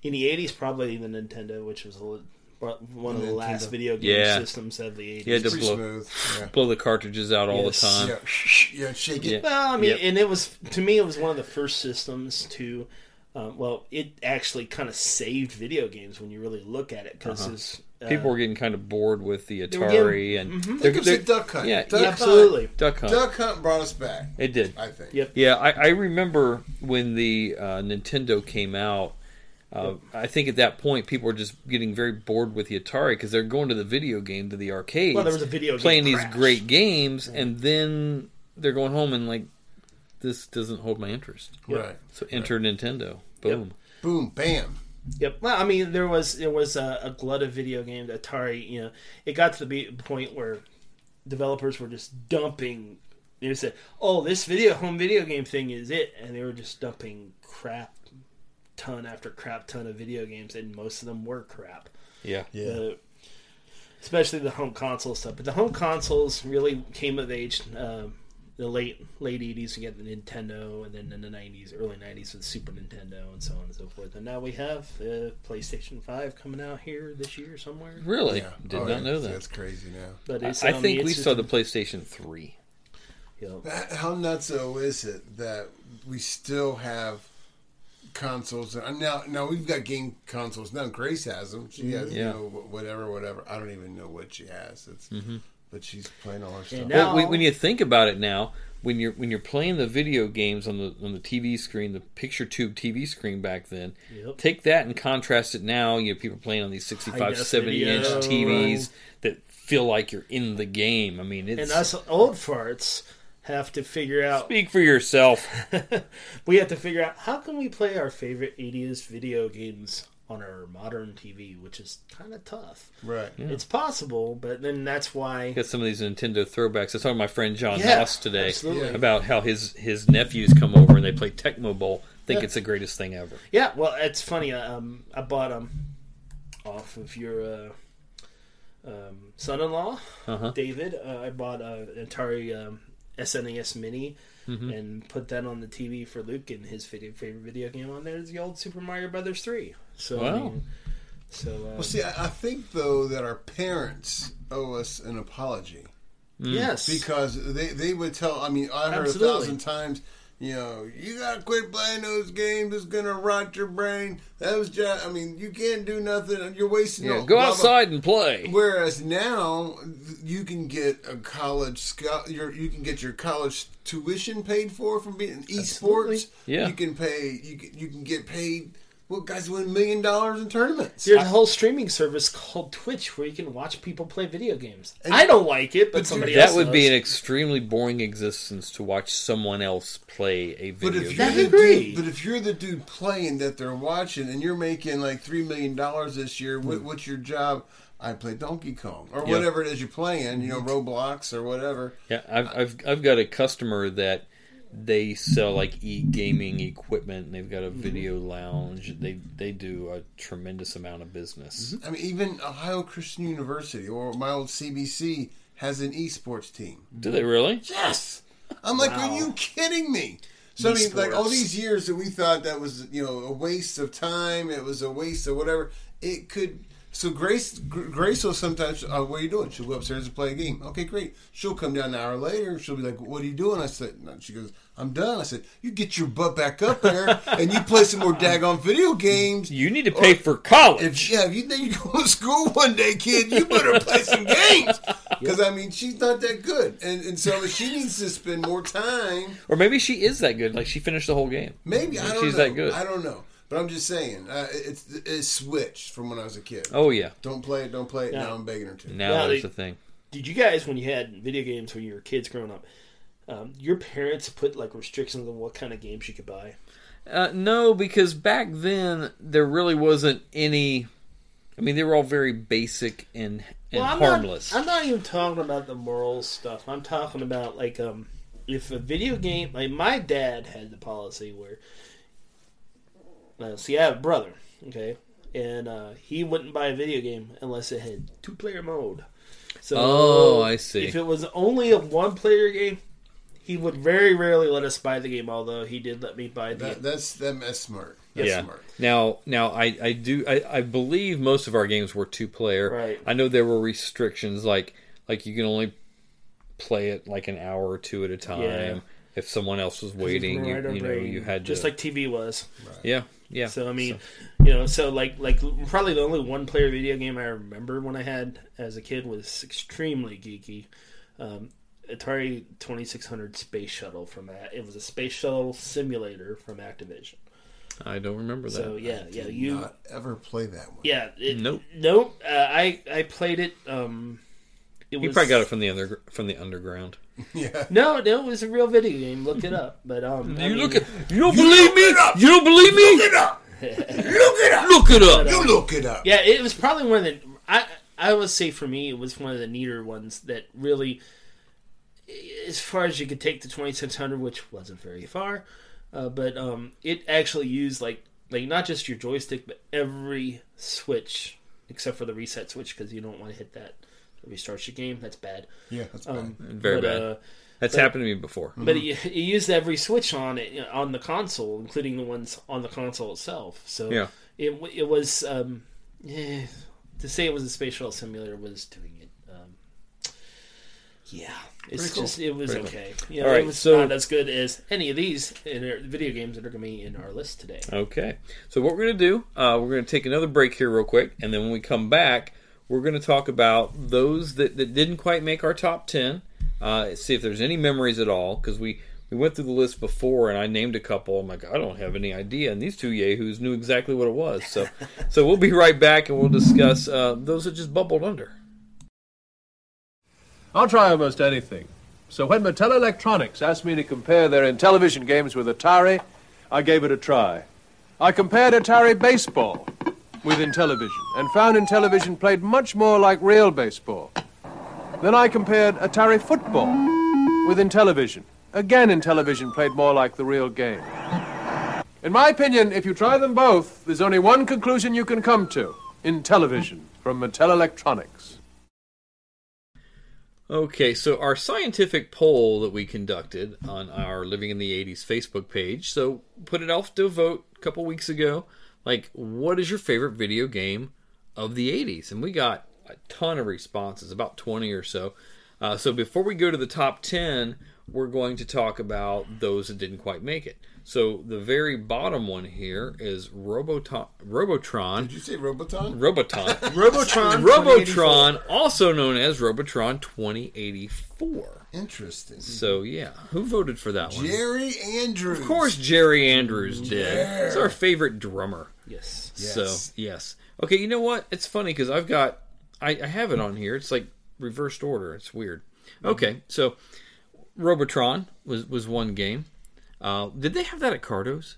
Speaker 8: in the eighties? Probably the Nintendo, which was a, li- one of the last
Speaker 7: Nintendo.
Speaker 8: video game
Speaker 6: Yeah.
Speaker 8: systems of the
Speaker 6: You
Speaker 8: eighties.
Speaker 6: had to
Speaker 7: Pretty
Speaker 6: blow,
Speaker 7: smooth. Yeah.
Speaker 6: blow the cartridges out all
Speaker 8: Yes.
Speaker 6: the time.
Speaker 7: Yeah. yeah, shake it.
Speaker 8: Well, I mean,
Speaker 6: Yep.
Speaker 8: and it was to me, it was one of the first systems to. Um, well, it actually kind of saved video games when you really look at it
Speaker 6: Uh-huh.
Speaker 8: uh, because
Speaker 6: People were getting kind of bored with the
Speaker 8: were
Speaker 6: Atari and they're-
Speaker 7: Think of
Speaker 6: they're-
Speaker 7: the Duck Hunt.
Speaker 6: Yeah,
Speaker 7: Duck
Speaker 6: yeah,
Speaker 7: Hunt-
Speaker 8: absolutely.
Speaker 6: Duck Hunt.
Speaker 7: Duck Hunt brought us back.
Speaker 6: It did.
Speaker 7: I think.
Speaker 8: Yep.
Speaker 6: Yeah, I, I remember when the uh, Nintendo came out. Uh, I think at that point people were just getting very bored with the Atari because they're going to the video game to the arcade.
Speaker 8: Well, there was a video game
Speaker 6: playing
Speaker 8: crash.
Speaker 6: these great games, and then they're going home and like this doesn't hold my interest.
Speaker 7: Right.
Speaker 6: So enter Nintendo. Boom.
Speaker 7: Boom, bam.
Speaker 8: Yep. Well, I mean, there was there was a, a glut of video games. Atari, you know, it got to the be- point where developers were just dumping. They said, "Oh, this video home video game thing is it," and they were just dumping crap ton after crap ton of video games, and most of them were crap.
Speaker 6: Yeah.
Speaker 8: The- especially the home console stuff. But the home consoles really came of age um, the late late eighties. You get the Nintendo, and then in the nineties, early nineties with Super Nintendo, and so on and so forth. And now we have the PlayStation Five coming out here this year somewhere.
Speaker 6: Really? Did
Speaker 7: Oh,
Speaker 6: not
Speaker 7: yeah.
Speaker 6: know that.
Speaker 7: That's crazy now.
Speaker 8: But it's,
Speaker 6: I
Speaker 8: um,
Speaker 6: think
Speaker 8: it's
Speaker 6: we
Speaker 8: just-
Speaker 6: saw the PlayStation Three.
Speaker 8: Yep.
Speaker 7: That- How nuts though is it that we still have consoles that- now? Now we've got game consoles now. Grace has them. She has
Speaker 6: Yeah.
Speaker 7: you know wh- whatever, whatever. I don't even know what she has. It's
Speaker 6: Mm-hmm.
Speaker 7: but she's playing all her stuff.
Speaker 8: And
Speaker 6: Well,
Speaker 8: now,
Speaker 6: when, when you think about it now, when you're when you're playing the video games on the on the TV screen, the picture tube TV screen back then,
Speaker 8: Yep.
Speaker 6: take that and contrast it now. You have people playing on these 65,
Speaker 8: High-def
Speaker 6: 70 inch
Speaker 8: video,
Speaker 6: TVs
Speaker 8: right.
Speaker 6: that feel like you're in the game. I mean, it's
Speaker 8: and us old farts have to figure out
Speaker 6: speak for yourself.
Speaker 8: we have to figure out how can we play our favorite 80s video games on our modern TV, which is kind of tough.
Speaker 7: Right.
Speaker 8: It's possible, but then that's why
Speaker 6: Got some of these Nintendo throwbacks. I was talking to my friend John
Speaker 8: Yeah,
Speaker 6: Moss today
Speaker 8: absolutely. Yeah.
Speaker 6: about how his his nephews come over and they play Tecmo Bowl. Think it's the greatest thing ever.
Speaker 8: yeah. Well, it's funny. Um, I bought them off of your uh, um, son-in-law, David. Uh, I bought uh, an Atari um, SNES Mini and put that on the TV for Luke, and his video, favorite video game on there is the old Super Mario Brothers three. So, I
Speaker 6: Wow.
Speaker 8: mean, so um,
Speaker 7: Well, see, I, I think though that our parents owe us an apology.
Speaker 8: yes,
Speaker 7: because they they would tell. I mean, I heard
Speaker 8: Absolutely.
Speaker 7: a thousand times. You know, you gotta quit playing those games. It's gonna rot your brain. That was just. I mean, you can't do nothing. and You're wasting.
Speaker 6: Yeah,
Speaker 7: all,
Speaker 6: go
Speaker 7: blah, blah.
Speaker 6: outside and play.
Speaker 7: Whereas now you can get a college scho- your you can get your college tuition paid for from being in esports.
Speaker 6: Yeah.
Speaker 7: you can pay. You can, you can get paid. Well, guys win a million dollars in tournaments.
Speaker 8: There's a whole streaming service called Twitch where you can watch people play video games. I don't like it, but,
Speaker 7: But
Speaker 8: somebody
Speaker 7: dude,
Speaker 8: else
Speaker 6: That would be an
Speaker 8: does.
Speaker 6: extremely boring existence to watch someone else play a
Speaker 7: But
Speaker 6: video
Speaker 7: if you're
Speaker 6: game.
Speaker 8: That's
Speaker 7: the
Speaker 8: great.
Speaker 7: dude, but if you're the dude playing that they're watching, and you're making like three million dollars this year, what,
Speaker 6: Hmm.
Speaker 7: what's your job? I play Donkey Kong or
Speaker 6: Yeah.
Speaker 7: whatever it is you're playing. You know, Roblox or whatever.
Speaker 6: Yeah, I've, I've I've got a customer that they sell like e gaming equipment. and They've got a video lounge. They they do a tremendous amount of business.
Speaker 7: I mean, even Ohio Christian University or my old CBC has an esports team.
Speaker 6: Do they really?
Speaker 7: Yes, I'm like, are you kidding me? So I mean, like all
Speaker 8: Esports.
Speaker 7: these years that we thought that was you know a waste of time, it was a waste of whatever. it could. So Grace, Gr- Grace will sometimes, uh, what are you doing? She'll go upstairs and play a game. Okay, great. She'll come down an hour later. She'll be like, what are you doing? I said, no. she goes, I'm done. I said, you get your butt back up there and you play some more daggone video games.
Speaker 6: You need to pay for college.
Speaker 7: If yeah, if you think you're going to school one day, kid, you better play some games. Because I mean, she's not that good, and and so she needs to spend more time.
Speaker 6: or maybe she is that good. Like she finished the whole game.
Speaker 7: Maybe I don't
Speaker 6: She's
Speaker 7: know.
Speaker 6: that good.
Speaker 7: I don't know, but I'm just saying, uh, it- it's it's switched from when I was a kid.
Speaker 6: Oh yeah.
Speaker 7: Don't play it, don't play it.
Speaker 8: Yeah.
Speaker 7: Now I'm begging her to.
Speaker 6: Now
Speaker 8: Yeah,
Speaker 6: there's
Speaker 8: they-
Speaker 6: the thing.
Speaker 8: Did you guys, when you had video games when you were kids growing up, um, your parents put like restrictions on what kind of games you could buy?
Speaker 6: Uh, no, because back then there really wasn't any. I mean, they were all very basic and, and
Speaker 8: I'm
Speaker 6: harmless.
Speaker 8: Not, I'm not even talking about the moral stuff. I'm talking about like um, if a video game. Like my dad had the policy where. Uh, see, I have a brother, okay, and uh, he wouldn't buy a video game unless it had two player mode. So,
Speaker 6: Oh, I see.
Speaker 8: If it was only a one player game, he would very rarely let us buy the game. Although he did let me buy the.
Speaker 7: That, that's that, that's smart. That's
Speaker 6: yeah.
Speaker 7: smart.
Speaker 6: Now, now I, I do I, I believe most of our games were two player.
Speaker 8: Right.
Speaker 6: I know there were restrictions like like you can only play it like an hour or two at a time.
Speaker 8: Yeah.
Speaker 6: If someone else was waiting, you,
Speaker 8: Right on
Speaker 6: you know,
Speaker 8: brain,
Speaker 6: you had
Speaker 8: just
Speaker 6: to,
Speaker 8: like TV was.
Speaker 6: yeah, yeah.
Speaker 8: So I mean, you know, so like like probably the only one player video game I remember when I had as a kid was extremely geeky. Um, Atari twenty six hundred Space Shuttle from that. It was a space shuttle simulator from Activision.
Speaker 6: I don't remember that.
Speaker 8: So yeah, yeah, you
Speaker 7: Not ever play that one.
Speaker 8: yeah. It,
Speaker 6: Nope.
Speaker 8: nope. Uh, I I played it. Um, it
Speaker 6: you
Speaker 8: was,
Speaker 6: probably got it from the under, from the underground.
Speaker 8: No, no, it was a real video game. Look it up. But um, I
Speaker 6: you
Speaker 8: mean,
Speaker 6: look at you don't believe me. You don't believe me. Look it up.
Speaker 7: Look it up.
Speaker 6: Look it up.
Speaker 7: You look it up.
Speaker 8: Yeah, it was probably one of the. I I would say for me, it was one of the neater ones that really, as far as you could take the twenty six hundred, which wasn't very far, uh, but um, it actually used like like not just your joystick, but every switch except for the reset switch because you don't want to hit that. It restarts your game. That's bad.
Speaker 7: Yeah, that's bad.
Speaker 8: Um,
Speaker 6: Very
Speaker 8: but,
Speaker 6: bad.
Speaker 8: Uh,
Speaker 6: That's
Speaker 8: but-
Speaker 6: happened to me before.
Speaker 8: but it, it used every switch on it you know, on the console, including the ones on the console itself. So
Speaker 6: Yeah.
Speaker 8: it w- it was um, eh, to say it was a space shuttle simulator was doing it. Um, yeah, it's
Speaker 6: Pretty cool.
Speaker 8: just it was
Speaker 6: Pretty cool.
Speaker 8: okay. You know,
Speaker 6: All right,
Speaker 8: it was
Speaker 6: so-
Speaker 8: not as good as any of these in our- video games that are going to be in our list today.
Speaker 6: Okay. So what we're going to do, uh, we're going to take another break here real quick, and then when we come back, we're going to talk about those that, that didn't quite make our top ten. Uh, see if there's any memories at all, because we we went through the list before, and I named a couple. I'm like, I don't have any idea, and these two yahoos knew exactly what it was. So, so we'll be right back, and we'll discuss uh, those that just bubbled under.
Speaker 10: I'll try almost anything. So when Mattel Electronics asked me to compare their Intellivision games with Atari, I gave it a try. I compared Atari baseball with Intellivision and found Intellivision played much more like real baseball. Then I compared Atari football with Intellivision. Again, Intellivision played more like the real game. In my opinion, if you try them both, there's only one conclusion you can come to Intellivision from Mattel Electronics.
Speaker 6: Okay, so our scientific poll that we conducted on our Living in the 80s Facebook page, so put it off to a vote a couple weeks ago. Like, what is your favorite video game of the 80s? And we got a ton of responses, about 20 or so. Uh, so before we go to the top 10, we're going to talk about those that didn't quite make it. So the very bottom one here is Roboton, Robotron.
Speaker 7: Did you say Roboton?
Speaker 6: Roboton.
Speaker 8: Robotron,
Speaker 6: Robotron, also known as Robotron 2084.
Speaker 7: Interesting.
Speaker 6: So yeah, who voted for that one?
Speaker 7: Jerry Andrews.
Speaker 6: Of course, Jerry Andrews did. He's our favorite drummer.
Speaker 8: Yes,
Speaker 6: So yes, okay. You know what? It's funny because I've got I, I have it on here. It's like reversed order. It's weird. Okay, so Robotron was was one game. Uh, did they have that at Cardo's?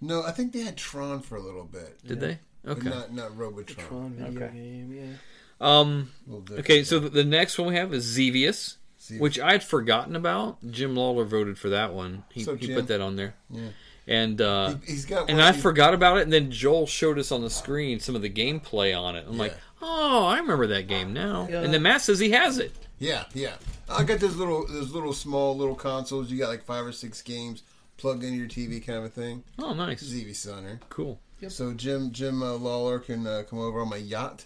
Speaker 7: No, I think they had Tron for a little bit,
Speaker 6: Did they?
Speaker 7: but
Speaker 6: Okay.
Speaker 7: not not Robotron.
Speaker 8: Fun video game, yeah.
Speaker 6: Um.
Speaker 7: A little different.
Speaker 6: Okay, so the- the next one we have is Xevious, which I had forgotten about. Jim Lawler voted for that one. He,
Speaker 7: So,
Speaker 6: he
Speaker 7: Jim-
Speaker 6: put that on there. Yeah. And uh,
Speaker 7: He- he's got
Speaker 6: and
Speaker 7: one-
Speaker 6: I
Speaker 7: he-
Speaker 6: forgot about it, and then Joel showed us on the screen some of the gameplay on it. I'm like, oh, I remember that game now. And then Matt says he has it.
Speaker 7: Yeah, yeah. I got those little those little small little consoles. You got like five or six games plugged into your TV kind of a thing.
Speaker 6: Oh, nice,
Speaker 7: This is Evie Sonner.
Speaker 6: cool.
Speaker 7: So Jim Jim uh, Lawler can uh, come over on my yacht.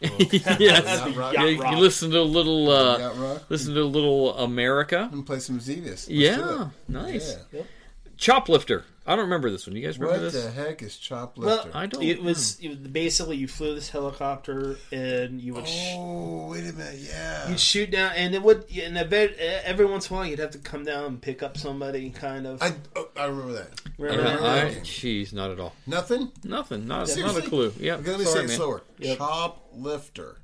Speaker 6: yes.
Speaker 7: Yacht rock,
Speaker 6: Yeah, you can listen to a little uh,
Speaker 7: yacht rock.
Speaker 6: listen to a little America.
Speaker 7: And play some Xevious. Let's do
Speaker 6: yeah,
Speaker 7: it.
Speaker 6: nice.
Speaker 7: Yeah.
Speaker 6: Choplifter. I don't remember this one. You guys remember
Speaker 7: What
Speaker 6: this?
Speaker 7: the heck is Choplifter?
Speaker 8: Well,
Speaker 6: I don't
Speaker 8: It was, it was basically you flew this helicopter and you would sh-
Speaker 7: oh, wait a minute. Yeah.
Speaker 8: you'd shoot down, and it would. And I bet eh, every once in a while you'd have to come down and pick up somebody, kind of.
Speaker 7: I, oh, I remember that.
Speaker 6: Yeah,
Speaker 8: Remember that?
Speaker 6: I,
Speaker 7: game.
Speaker 6: jeez, not at all.
Speaker 7: Nothing?
Speaker 6: Nothing. Not, not a
Speaker 7: Seriously?
Speaker 6: clue. Yeah,
Speaker 7: Okay, let me
Speaker 6: sorry,
Speaker 7: say it
Speaker 6: man.
Speaker 7: slower.
Speaker 8: Yep.
Speaker 7: Choplifter.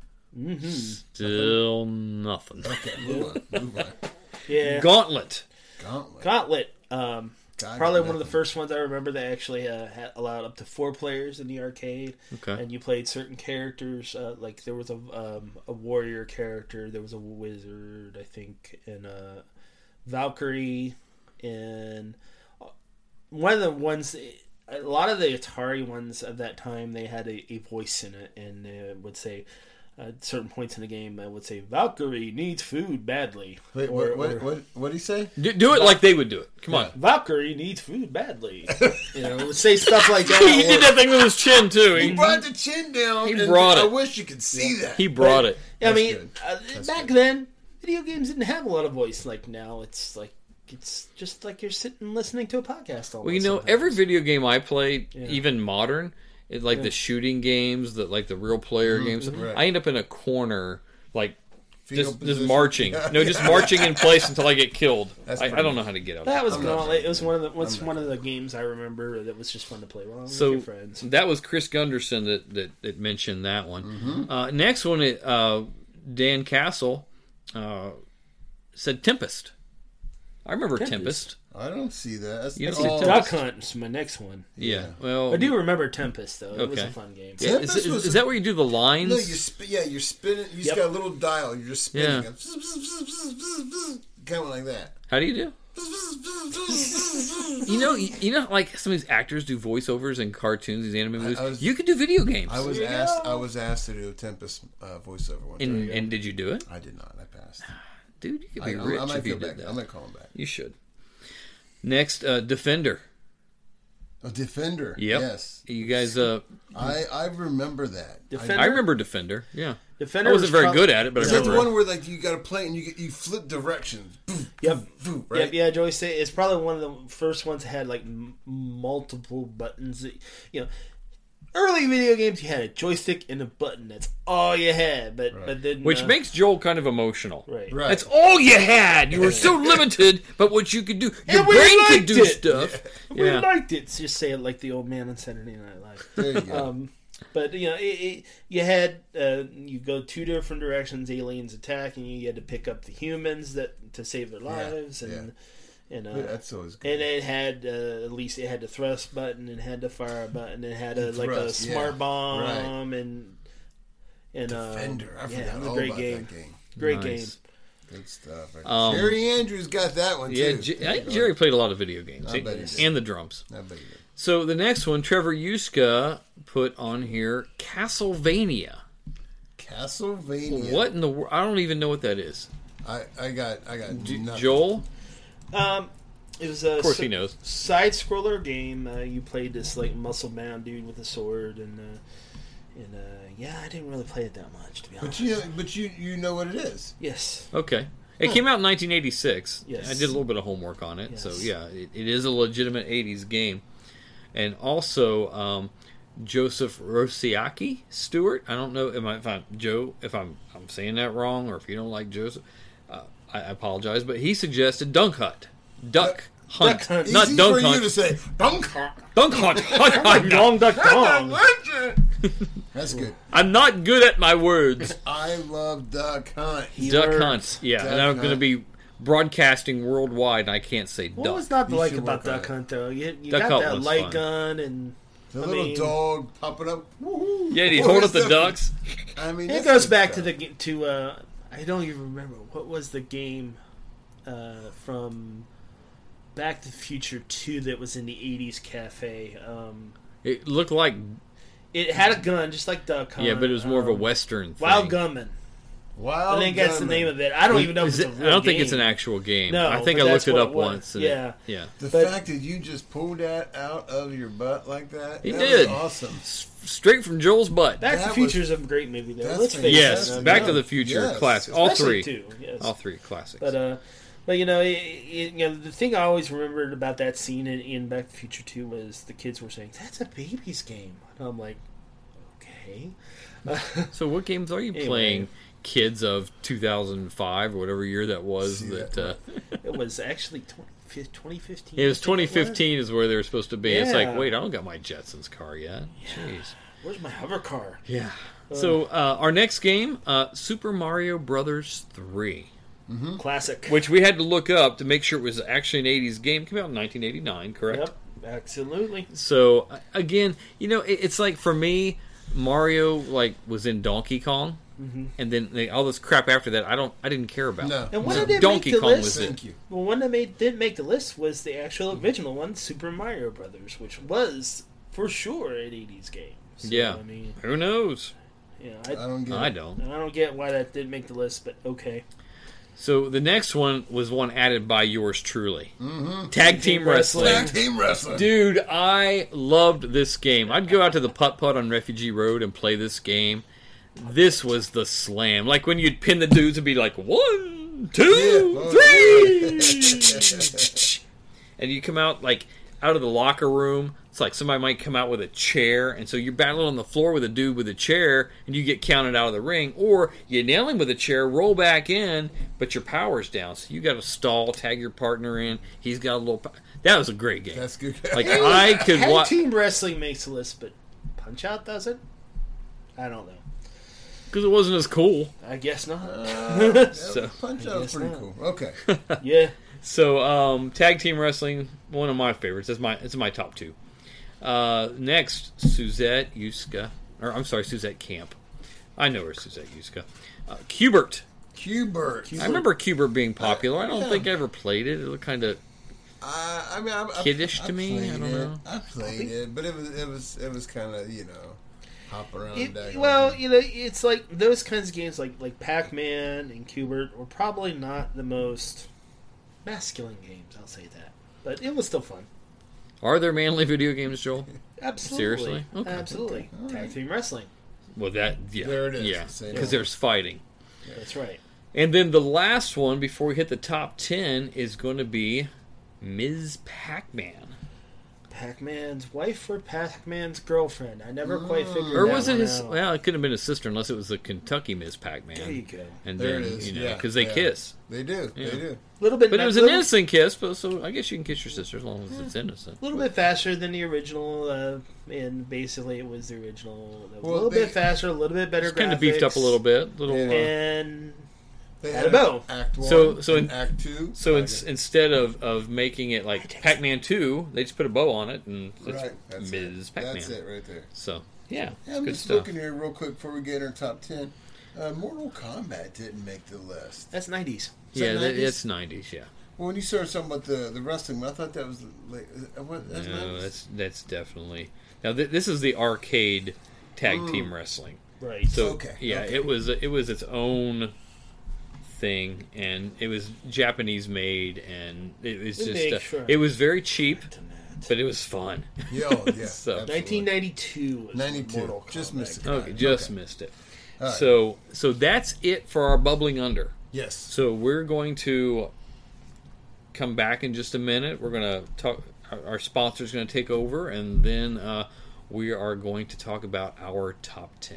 Speaker 6: Still nothing.
Speaker 7: Okay, move on. Move on.
Speaker 8: yeah,
Speaker 6: Gauntlet.
Speaker 7: Gauntlet.
Speaker 8: Gauntlet. Um,
Speaker 7: God,
Speaker 8: probably one of the
Speaker 7: nothing.
Speaker 8: first ones I remember that actually uh, had allowed up to four players in the arcade.
Speaker 6: Okay.
Speaker 8: And you played certain characters. Uh, like there was a um, a warrior character. There was a wizard, I think, and a Valkyrie, and uh, one of the ones. A lot of the Atari ones of that time, they had a, a voice in it, and they would say. At certain points in the game, I would say Valkyrie needs food badly.
Speaker 7: Wait,
Speaker 8: Or-
Speaker 7: what, what,
Speaker 8: or-
Speaker 7: what, what did he say?
Speaker 6: Do, do it like they would do it. Come on.
Speaker 8: Valkyrie needs food badly. You know, say stuff like that.
Speaker 6: He did that thing with his chin too. He,
Speaker 7: He brought the chin down.
Speaker 6: He
Speaker 7: and
Speaker 6: brought
Speaker 7: I
Speaker 6: it.
Speaker 7: wish you could see that.
Speaker 6: he brought it.
Speaker 8: I mean,
Speaker 7: good.
Speaker 8: uh, back then, video games didn't have a lot of voice. Like now, it's like it's just like you're sitting listening to a podcast. All
Speaker 6: Well, you know, every video game I play, even modern, it, like the shooting games, the like the real player games,
Speaker 7: Right.
Speaker 6: I end up in a corner, like
Speaker 7: Fetal
Speaker 6: just just
Speaker 7: position.
Speaker 6: marching. No, just marching in place until I get killed.
Speaker 7: That's
Speaker 6: I, I
Speaker 7: pretty
Speaker 6: don't
Speaker 7: good.
Speaker 6: know how to get out.
Speaker 8: that was
Speaker 7: I'm not
Speaker 8: Gauntlet. It was one of the was
Speaker 7: I'm not
Speaker 8: one of the games I remember that was just fun to play along with
Speaker 6: so
Speaker 8: your friends.
Speaker 6: that was Chris Gunderson that that, that mentioned that one. Uh, next one, uh, Dan Castle uh, said Tempest. I remember Tempest.
Speaker 8: Tempest.
Speaker 7: I don't see that. That's,
Speaker 6: You don't
Speaker 7: oh,
Speaker 6: see
Speaker 8: Duck Hunt is my next one.
Speaker 6: Yeah. Well,
Speaker 8: I do remember Tempest though. It was a
Speaker 6: Um, Okay.
Speaker 8: fun game.
Speaker 6: Yeah, is,
Speaker 7: Tempest
Speaker 6: is-
Speaker 7: was-
Speaker 6: is that where you do the lines?
Speaker 7: No, you sp- yeah, you're spinning. You just
Speaker 8: Yep.
Speaker 7: got a little dial. You're just spinning.
Speaker 6: Yeah.
Speaker 7: Kind of like that.
Speaker 6: How do you do? You know, you, you know, like some of these actors do voiceovers in cartoons, these anime movies.
Speaker 7: I was-
Speaker 6: you could do video games.
Speaker 7: I was asked. I was asked to do a Tempest uh, voiceover one time.
Speaker 6: and, and did you do it,
Speaker 7: I did not. I passed.
Speaker 6: dude? You could
Speaker 7: I,
Speaker 6: be
Speaker 7: I,
Speaker 6: rich
Speaker 7: I might
Speaker 6: if you
Speaker 7: feel
Speaker 6: did
Speaker 7: back.
Speaker 6: that.
Speaker 7: I might call him back.
Speaker 6: You should. Next, uh, Defender.
Speaker 7: A defender.
Speaker 6: Yep.
Speaker 7: Yes.
Speaker 6: You guys, uh,
Speaker 7: I I remember that.
Speaker 8: Defender.
Speaker 6: I remember Defender. Yeah,
Speaker 8: Defender
Speaker 6: I wasn't
Speaker 8: was
Speaker 6: very
Speaker 8: prob-
Speaker 6: good at it, but
Speaker 7: I, is
Speaker 6: I
Speaker 7: that the
Speaker 6: remember.
Speaker 7: one where like you got to play and you get, you flip directions? Boom,
Speaker 8: Yep.
Speaker 7: boom, right.
Speaker 8: Yeah, yeah, Joey say it's probably one of the first ones that had like m- multiple buttons. that- You know, early video games you had a joystick and a button. That's all you had. But but then
Speaker 6: it. which
Speaker 8: uh,
Speaker 6: makes Joel kind of emotional.
Speaker 8: right.
Speaker 7: Right.
Speaker 6: That's all you had. You were so limited, but what you could do, your
Speaker 8: And we
Speaker 6: brain could
Speaker 8: liked
Speaker 6: do
Speaker 8: it.
Speaker 6: stuff.
Speaker 8: We
Speaker 6: Yeah.
Speaker 8: liked it. Just say it like the old man on Saturday Night Live.
Speaker 7: There you go.
Speaker 8: Um, but you know, it, it, you had uh, you go two different directions. Aliens attack, and you had to pick up the humans that to save their lives, and and uh,
Speaker 7: Yeah, that's always
Speaker 6: Um,
Speaker 7: good.
Speaker 8: and it had uh, at least it had the thrust button, it had the fire button, it had a, like a
Speaker 7: Thrust, yeah.
Speaker 8: smart bomb, and and uh,
Speaker 7: Defender. I
Speaker 8: yeah, it
Speaker 7: forgot
Speaker 8: was a
Speaker 7: all
Speaker 8: great
Speaker 7: about
Speaker 8: game,
Speaker 7: that game.
Speaker 8: great
Speaker 6: Nice.
Speaker 8: game.
Speaker 7: Good stuff. Right?
Speaker 6: Um,
Speaker 7: Jerry Andrews got that one
Speaker 6: Yeah,
Speaker 7: too.
Speaker 6: J- I think Jerry played a lot of video games
Speaker 7: I bet he did.
Speaker 6: and the drums.
Speaker 7: I bet you did.
Speaker 6: So the next one, Trevor Yuska put on here Castlevania.
Speaker 7: Castlevania.
Speaker 6: What in the world? I don't even know what that is.
Speaker 7: I, I got I got
Speaker 6: J-
Speaker 7: nothing.
Speaker 6: Joel,
Speaker 8: Um, it was a
Speaker 6: of course he knows.
Speaker 8: side scroller game. Uh, you played this like muscle bound dude with a sword, and uh, and uh, yeah, I didn't really play it that much to be honest.
Speaker 7: But you but you you know what it is.
Speaker 8: yes,
Speaker 6: Okay, it came out in 1986.
Speaker 8: Yes.
Speaker 6: I did a little bit of homework on it. So
Speaker 8: Yes.
Speaker 6: yeah, it, it is a legitimate 80s game. And also um, Joseph Rosiaki Stewart. I don't know am I, if I'm Joe if I'm I'm saying that wrong or if you don't like Joseph. Uh, I I apologize, but he suggested Dunk Hut, Duck Hunt,
Speaker 8: Duck Hunt.
Speaker 6: not
Speaker 7: Easy
Speaker 6: Dunk
Speaker 7: for you
Speaker 6: Hunt.
Speaker 7: to say dunk honk.
Speaker 6: Dunk Hunt. I'm, not,
Speaker 8: duck dong.
Speaker 7: That's good.
Speaker 6: I'm not good at my words.
Speaker 7: I love duck hunt.
Speaker 6: duck
Speaker 8: learned.
Speaker 6: Hunt. Yeah,
Speaker 7: Duck
Speaker 6: and I'm going to
Speaker 7: Hunt.
Speaker 6: be broadcasting worldwide, and I can't say
Speaker 8: What
Speaker 6: duck.
Speaker 8: was not to
Speaker 7: You
Speaker 8: like
Speaker 7: should
Speaker 8: about
Speaker 7: work on
Speaker 8: Duck
Speaker 7: it.
Speaker 8: Hunt though? You, you
Speaker 6: Duck
Speaker 8: got
Speaker 6: Hunt
Speaker 8: that
Speaker 6: was
Speaker 8: light
Speaker 6: fun.
Speaker 8: gun and
Speaker 7: The
Speaker 8: I
Speaker 7: little
Speaker 8: mean-
Speaker 7: dog popping up. Woo-hoo.
Speaker 6: yeah, he
Speaker 7: What
Speaker 6: hold
Speaker 7: was
Speaker 6: up the
Speaker 7: that?
Speaker 6: ducks.
Speaker 7: I mean,
Speaker 8: It
Speaker 7: that's
Speaker 8: goes
Speaker 7: good
Speaker 8: back to
Speaker 7: stuff.
Speaker 8: the g- to uh, I don't even remember what was the game uh, from Back to the Future Two that was in the '80s cafe. Um,
Speaker 6: It looked like
Speaker 8: it had a gun just like Duck Hunt.
Speaker 6: yeah, but it was more of a
Speaker 8: um,
Speaker 6: western. Thing.
Speaker 8: Wild Gunman.
Speaker 7: Wow.
Speaker 8: I think that's the name of it. I don't even know.
Speaker 6: Is
Speaker 8: if
Speaker 6: it-
Speaker 8: it's a
Speaker 6: I
Speaker 8: real
Speaker 6: don't think
Speaker 8: game.
Speaker 6: it's an actual game.
Speaker 8: No,
Speaker 6: I think I
Speaker 8: but
Speaker 6: looked
Speaker 8: that's
Speaker 6: it
Speaker 8: what
Speaker 6: up
Speaker 8: it was.
Speaker 6: once. and
Speaker 8: Yeah.
Speaker 6: it- yeah.
Speaker 7: The
Speaker 8: But-
Speaker 7: fact that you just pulled that out of your butt like that.
Speaker 6: He
Speaker 7: that
Speaker 6: did.
Speaker 7: Was awesome.
Speaker 6: S- Straight from Joel's butt.
Speaker 8: Back to the
Speaker 7: That
Speaker 8: Future is a great movie, though.
Speaker 7: that's
Speaker 8: Let's face
Speaker 6: yes,
Speaker 8: it.
Speaker 7: fantastic.
Speaker 6: Back
Speaker 7: Yeah.
Speaker 6: to the Future,
Speaker 7: Yes.
Speaker 6: classic. All
Speaker 8: Especially
Speaker 6: three,
Speaker 8: Two, yes.
Speaker 6: all three classics.
Speaker 8: But uh, but you know, it, it, you know, the thing I always remembered about that scene in, in Back to the Future Two was the kids were saying, "That's a baby's game," and I'm like, "Okay."
Speaker 6: so, what games are you
Speaker 8: Anyway.
Speaker 6: playing, kids of 2005 or whatever year that was?
Speaker 7: See
Speaker 6: that
Speaker 7: that
Speaker 6: uh,
Speaker 8: It was actually 20, 2015.
Speaker 6: it was
Speaker 8: I think was.
Speaker 6: 2015 is where they were supposed to be. It's like,
Speaker 8: Yeah.
Speaker 6: wait, I don't got my Jetsons car yet. Jeez.
Speaker 8: Where's my hover car?
Speaker 6: Yeah. So uh, our next game, uh, Super Mario Brothers Three,
Speaker 8: Classic.
Speaker 6: which we had to look up to make sure it was actually an '80s game. Came out in 1989, correct?
Speaker 8: Yep. Absolutely.
Speaker 6: So uh, again, you know, it, it's like for me, Mario like was in Donkey Kong, and then they, all this crap after that, I don't, I didn't care about.
Speaker 7: No.
Speaker 8: And
Speaker 6: So
Speaker 8: what did they
Speaker 6: Donkey
Speaker 8: make the
Speaker 6: Kong
Speaker 8: list?
Speaker 6: was it.
Speaker 7: Thank you.
Speaker 8: Well, one that made did make the list was the actual original one, Super Mario Brothers, which was for sure an '80s game. So,
Speaker 6: Yeah.
Speaker 8: I mean,
Speaker 6: Who knows?
Speaker 8: you know,
Speaker 7: I
Speaker 8: I,
Speaker 7: don't get.
Speaker 6: I
Speaker 7: it.
Speaker 6: don't.
Speaker 8: I don't get why that didn't make the list, but okay.
Speaker 6: So the next one was one added by yours truly, Tag Team Wrestling.
Speaker 7: Tag team wrestling.
Speaker 6: Dude, I loved this game. I'd go out to the putt putt on Refugee Road and play this game. This was the slam. Like when you'd pin the dudes and be like, one, two, three. and you come out like out of the locker room. It's like somebody might come out with a chair. And so you're battling on the floor with a dude with a chair and you get counted out of the ring. Or you nail him with a chair, roll back in, but your power's down. So you got to stall, tag your partner in. He's got a little. Po- that was a great game.
Speaker 7: That's good.
Speaker 6: Like I could
Speaker 8: Tag
Speaker 6: watch.
Speaker 8: team wrestling makes the list, but Punch Out doesn't. I don't know.
Speaker 6: because it wasn't as cool.
Speaker 8: I guess not.
Speaker 6: So
Speaker 7: Punch out was
Speaker 8: guess
Speaker 7: pretty
Speaker 8: not.
Speaker 7: cool. Okay.
Speaker 8: yeah.
Speaker 6: so um, tag team wrestling, one of my favorites. It's my it's my top two. Uh, next, Suzette Yuska, or I'm sorry, Suzette Camp. I know her, Suzette Yuska. Uh, Cubert.
Speaker 7: Q-Bert.
Speaker 6: I remember Cubert being popular. I don't
Speaker 7: Yeah.
Speaker 6: think I ever played it. It looked kind of
Speaker 7: I, I mean, I, I,
Speaker 6: Kiddish
Speaker 7: I
Speaker 6: to me? I
Speaker 7: played
Speaker 6: don't
Speaker 7: it.
Speaker 6: know.
Speaker 7: I played it, but it was it was it was kind of you know hop around.
Speaker 8: It-
Speaker 7: dag on.
Speaker 8: well, you know, it's like those kinds of games, like like Pac Man and Cubert, were probably not the most masculine games. I'll say that, but it was still fun.
Speaker 6: are there manly video games, Joel?
Speaker 8: Absolutely,
Speaker 6: Seriously? Okay.
Speaker 8: absolutely. Tag team wrestling.
Speaker 6: Well, that yeah,
Speaker 7: There it is.
Speaker 6: yeah,
Speaker 7: Say
Speaker 6: because
Speaker 7: no.
Speaker 6: there's fighting.
Speaker 8: That's right.
Speaker 6: And then the last one before we hit the top ten is going to be Ms. Pac-Man.
Speaker 8: Pac Man's wife or Pac Man's girlfriend. I never quite figured.
Speaker 6: Or
Speaker 8: that
Speaker 6: was it
Speaker 8: one
Speaker 6: his?
Speaker 8: out.
Speaker 6: Well, it could have been his sister, unless it was the Kentucky Ms. Pac-Man.
Speaker 8: There you go.
Speaker 6: And
Speaker 7: There
Speaker 6: then
Speaker 7: it is,
Speaker 6: you know,
Speaker 7: yeah,
Speaker 6: because they
Speaker 7: yeah.
Speaker 6: kiss.
Speaker 7: they do,
Speaker 6: Yeah.
Speaker 7: they do.
Speaker 8: Little bit,
Speaker 6: But it
Speaker 8: ma-
Speaker 6: was an
Speaker 8: little-
Speaker 6: innocent kiss, but so I guess you can kiss your sister as long as it's innocent.
Speaker 8: A little bit faster than the original, uh, and basically it was the original. A
Speaker 7: Well,
Speaker 8: little
Speaker 7: they-
Speaker 8: bit faster, a little bit better.
Speaker 6: It's kind of beefed up a little bit. Little.
Speaker 7: Yeah.
Speaker 6: Uh,
Speaker 8: And
Speaker 7: They
Speaker 8: Had a bow.
Speaker 7: Act one.
Speaker 6: So- so
Speaker 7: and
Speaker 6: in-
Speaker 7: act two.
Speaker 6: so
Speaker 7: I
Speaker 6: it's, instead of, of making it like Pac-Man Two, they just put a bow on it and
Speaker 7: guess.
Speaker 6: it's
Speaker 7: right. That's
Speaker 6: Ms.
Speaker 7: it.
Speaker 6: Pac-Man.
Speaker 7: That's it right there.
Speaker 6: So yeah,
Speaker 7: Yeah,
Speaker 6: it's
Speaker 7: I'm
Speaker 6: good
Speaker 7: just
Speaker 6: stuff.
Speaker 7: looking here real quick before we get our top ten. Uh, Mortal Kombat didn't make the list.
Speaker 8: that's nineties.
Speaker 7: Is that
Speaker 6: Yeah, that,
Speaker 7: 90s?
Speaker 6: it's nineties. Yeah,
Speaker 7: Well, when you started talking about the, the wrestling, I thought that was like uh, what, that's
Speaker 6: no,
Speaker 7: not,
Speaker 6: that's that's definitely. Now th- this is the arcade tag
Speaker 7: Mm.
Speaker 6: team wrestling.
Speaker 8: Right.
Speaker 6: So
Speaker 7: Okay,
Speaker 6: yeah,
Speaker 7: okay.
Speaker 6: it was it was its own thing, and it was Japanese made, and it was
Speaker 8: It
Speaker 6: just
Speaker 8: makes
Speaker 6: uh,
Speaker 8: sure.
Speaker 6: it was very cheap, but it was fun.
Speaker 7: yeah, oh, yeah,
Speaker 6: So-
Speaker 7: absolutely.
Speaker 8: Nineteen ninety two.
Speaker 7: 92. Just missed it.
Speaker 6: Okay, just missed it.
Speaker 7: right.
Speaker 6: So so that's it for our bubbling under.
Speaker 7: Yes.
Speaker 6: So we're going to come back in just a minute. We're going to talk. our- Our sponsor's going to take over, and then uh, we are going to talk about our top ten.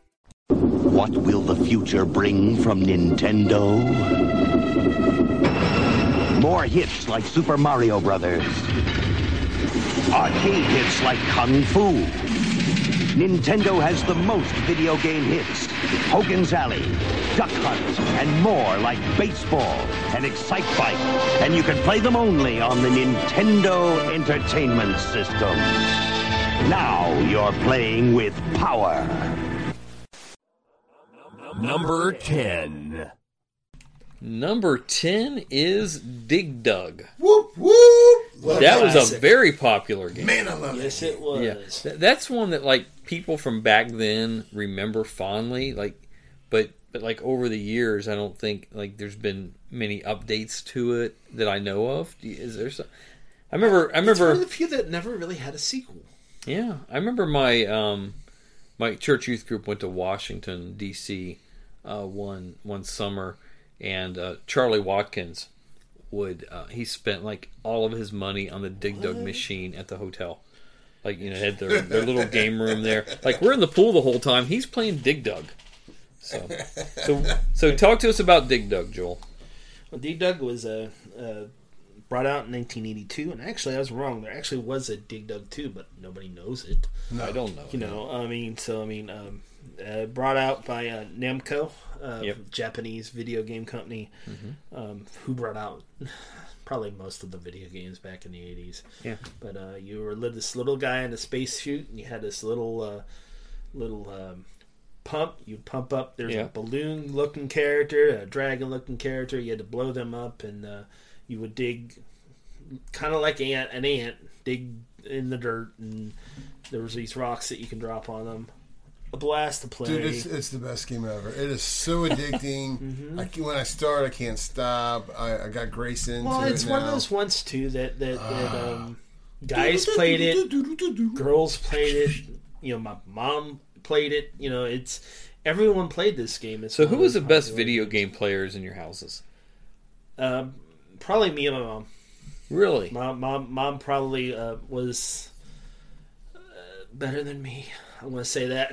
Speaker 5: What will the future bring from Nintendo? More hits like Super Mario Brothers. Arcade hits like Kung Fu.
Speaker 11: Nintendo has the most video game hits. Hogan's Alley, Duck Hunt, and more like baseball and Excite Bike. And you can play them only on the Nintendo Entertainment System. Now you're playing with power.
Speaker 12: Number 10.
Speaker 6: Number 10 is Dig Dug.
Speaker 7: Whoop, whoop.
Speaker 6: that was a very popular game.
Speaker 7: Man, I love
Speaker 8: Yes, it was.
Speaker 6: Yeah, Th- that's one that like people from back then remember fondly. Like, but but like over the years, I don't think like there's been many updates to it that I know of. Do you- Is there some? I remember. I
Speaker 8: It's one
Speaker 6: remember.
Speaker 8: of the few that never really had a sequel.
Speaker 6: Yeah, I remember my um, my church youth group went to Washington D.C. Uh, one one summer, and uh, Charlie Watkins would uh, he spent like all of his money on the Dig Dug
Speaker 13: What?
Speaker 6: machine at the hotel. Like you know, had their, their little game room there. Like we're in the pool the whole time. He's playing Dig Dug. So, so, so talk to us about Dig Dug, Joel.
Speaker 8: Well, Dig Dug was uh, uh, brought out in 1982, and actually, I was wrong. There actually was a Dig Dug 2, but nobody knows it.
Speaker 6: No. I don't know
Speaker 8: You
Speaker 6: it.
Speaker 8: know, I mean, so I mean, um, uh, brought out by uh, Namco, uh,
Speaker 6: Yep. Mm-hmm.
Speaker 8: Japanese video game company, um, who brought out probably most of the video games back in the 80s.
Speaker 6: Yeah.
Speaker 8: But uh, you were li- this little guy in a spacesuit, and you had this little uh, little um, pump. You pump up. There's
Speaker 6: Yeah.
Speaker 8: a balloon looking character, a dragon looking character. You had to blow them up, and uh, you would dig, kind of like ant, an ant, dig in the dirt, and there was these rocks that you can drop on them. A blast to play.
Speaker 7: Dude, it's, it's the best game ever. It is so addicting.
Speaker 8: Mm-hmm.
Speaker 7: I can, when I start, I can't stop. I, I got Grace into
Speaker 8: well,
Speaker 7: it
Speaker 8: it's
Speaker 7: now. Ah.
Speaker 8: one of those ones too that that, that um, guys played it, girls played it. You know, my mom played it. You know, it's everyone played this game. It's
Speaker 6: So,
Speaker 8: one
Speaker 6: who
Speaker 8: of
Speaker 6: was the
Speaker 8: those
Speaker 6: best video game players in your houses?
Speaker 8: Um, probably me and my mom.
Speaker 6: Really?
Speaker 8: Mom, mom, mom probably uh, was uh, better than me. I want to say that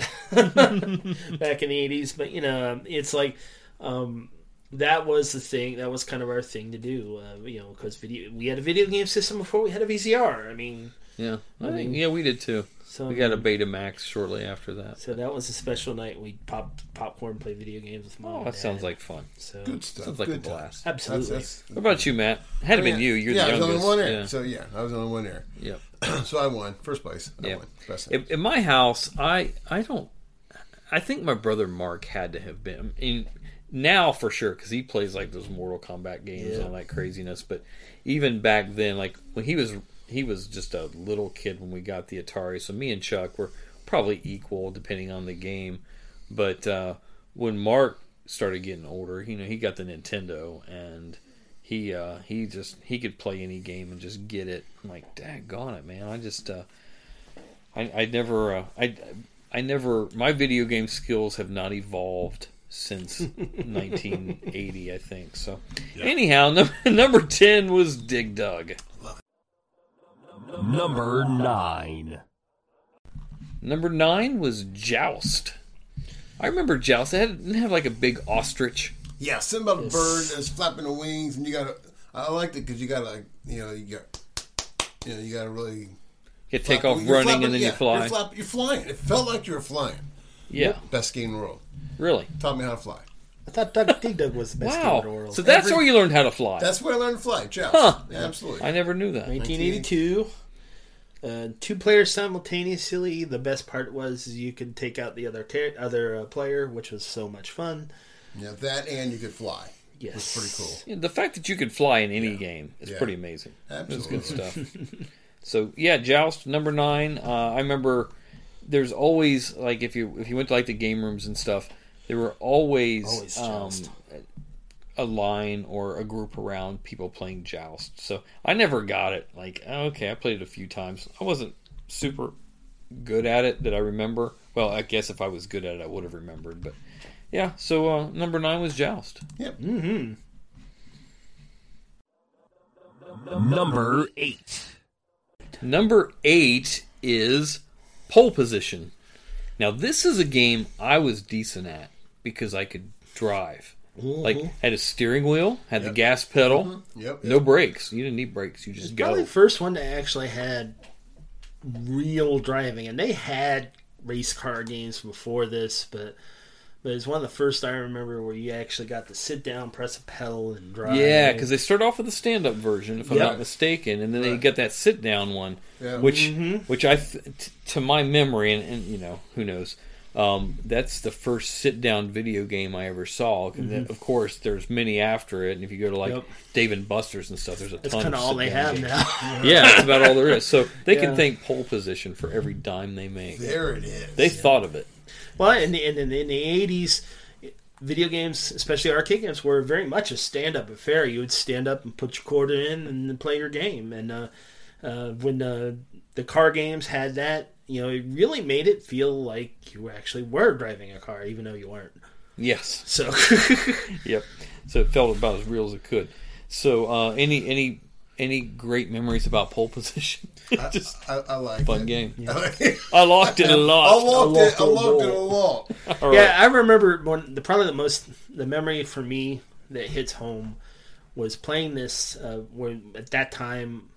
Speaker 8: back in the eighties, but you know, it's like um, that was the thing. That was kind of our thing to do. Uh, you know, because video we had a video game system before we had a VCR. I mean,
Speaker 6: Yeah, I
Speaker 8: I
Speaker 6: think-
Speaker 8: mean-
Speaker 6: yeah, we did too.
Speaker 8: So,
Speaker 6: we got a
Speaker 8: um,
Speaker 6: Betamax shortly after that.
Speaker 8: so that was a special night. We pop popcorn, play video games with mom.
Speaker 6: Oh,
Speaker 8: and
Speaker 6: that
Speaker 8: Dad.
Speaker 6: sounds like fun.
Speaker 8: So
Speaker 7: Good stuff.
Speaker 6: Sounds like
Speaker 7: Good
Speaker 6: a
Speaker 7: times.
Speaker 6: blast.
Speaker 8: Absolutely.
Speaker 7: That's-
Speaker 6: What about you, Matt? Had it been you, you're
Speaker 7: Oh, yeah,
Speaker 6: the
Speaker 7: I was
Speaker 6: youngest.
Speaker 7: only one air.
Speaker 6: Yeah.
Speaker 7: So yeah, I was only one air.
Speaker 6: Yep.
Speaker 7: so I won first place. I
Speaker 6: Yeah.
Speaker 7: won. Best
Speaker 6: In, in my house, I I don't. I think my brother Mark had to have been in now for sure because he plays like those Mortal Kombat games and all
Speaker 13: Yeah.
Speaker 6: that craziness. But even back then, like when he was he was just a little kid when we got the Atari. So me and Chuck were probably equal depending on the game. But uh, when Mark started getting older, you know, he got the Nintendo and he uh, he just he could play any game and just get it. I'm like, daggone it, man! I just uh, I, I never uh, I I never my video game skills have not evolved since 1980 I think so anyhow num- number 10 was Dig Dug
Speaker 12: Number 9.
Speaker 6: number 9 was Joust I remember Joust it had, didn't have like a big ostrich
Speaker 7: Yeah, something about a bird that's flapping the wings, and you got to. I liked it because you got to, like, you know, you got, you know, you got to really.
Speaker 6: You take
Speaker 7: flap-
Speaker 6: off
Speaker 7: you're
Speaker 6: running
Speaker 7: flapping-
Speaker 6: and then you
Speaker 7: yeah,
Speaker 6: fly.
Speaker 7: You're, flap- you're flying. It felt like you were flying.
Speaker 6: Yeah.
Speaker 7: Best game in the world.
Speaker 6: Really?
Speaker 7: Taught me how to fly.
Speaker 8: I thought Doug Dig Dug was the best game in the
Speaker 6: wow
Speaker 8: world.
Speaker 6: so that's where you learned how to fly
Speaker 7: That's where I learned to fly. Joust.
Speaker 6: Huh.
Speaker 7: Yeah, absolutely.
Speaker 6: I never knew that
Speaker 8: 1982. Uh, two players simultaneously. The best part was you could take out the other char- other uh, player, which was so much fun.
Speaker 7: Yeah, that and you could fly.
Speaker 8: Yes,
Speaker 7: was pretty cool.
Speaker 6: Yeah, the fact that you could fly in any game is
Speaker 7: Yeah.
Speaker 6: pretty amazing. That's good
Speaker 7: Absolutely.
Speaker 6: stuff. so yeah, Joust number nine. Uh, I remember there's always like if you if you went to like the game rooms and stuff, there were always,
Speaker 13: Always
Speaker 6: um,
Speaker 13: Joust.
Speaker 6: a line or a group around people playing Joust. So I never got it. Like oh, okay, I played it a few times. I wasn't super good at it that I remember. Well, I guess if I was good at it, I would have remembered. But yeah, so uh, number nine was Joust.
Speaker 7: Yep.
Speaker 6: Mm-hmm.
Speaker 12: Number 8.
Speaker 6: Number eight is pole position. Now this is a game I was decent at because I could drive.
Speaker 8: Mm-hmm.
Speaker 6: Like had a steering wheel, had the gas pedal,
Speaker 7: Mm-hmm.
Speaker 8: Yep,
Speaker 6: no brakes. You didn't need brakes. You just
Speaker 8: Probably
Speaker 6: go.
Speaker 8: the first one that actually had real driving, and they had race car games before this, but but it's one of the first I remember where you actually got to sit down, press a pedal, and drive.
Speaker 6: Yeah, because they start off with the stand-up version, if I'm
Speaker 8: Yeah.
Speaker 6: not mistaken, and then they get that sit-down one,
Speaker 8: Yeah.
Speaker 6: which
Speaker 8: Mhm.
Speaker 6: which I, th- t- to my memory, and, and you know who knows, um, that's the first sit-down video game I ever saw. And then,
Speaker 8: Mhm.
Speaker 6: of course, there's many after it, and if you go to like
Speaker 8: Yep.
Speaker 6: Dave and Buster's and stuff, there's a
Speaker 8: That's
Speaker 6: ton.
Speaker 8: kinda
Speaker 6: of
Speaker 8: all they have
Speaker 6: sit-down games.
Speaker 8: now.
Speaker 6: yeah, that's about all there is. So they can
Speaker 8: Yeah.
Speaker 6: thank pole position for every dime they make.
Speaker 8: There it is.
Speaker 6: They thought of it.
Speaker 8: Well, in the, in, the, in the 80s, video games, especially arcade games, were very much a stand up affair. You would stand up and put your quarter in and then play your game. And uh, uh, when uh, the car games had that, you know, it really made it feel like you actually were driving a car, even though you weren't.
Speaker 6: Yes.
Speaker 8: So.
Speaker 6: yep. So it felt about as real as it could. So uh, any any any great memories about pole position?
Speaker 7: I, I, I like
Speaker 6: Fun
Speaker 7: it.
Speaker 6: game.
Speaker 7: I, like it.
Speaker 6: I locked it a lot.
Speaker 7: I locked it. I locked it a lot.
Speaker 6: All
Speaker 8: yeah,
Speaker 6: right.
Speaker 8: I remember one. The probably the most the memory for me that hits home was playing this. Uh, when at that time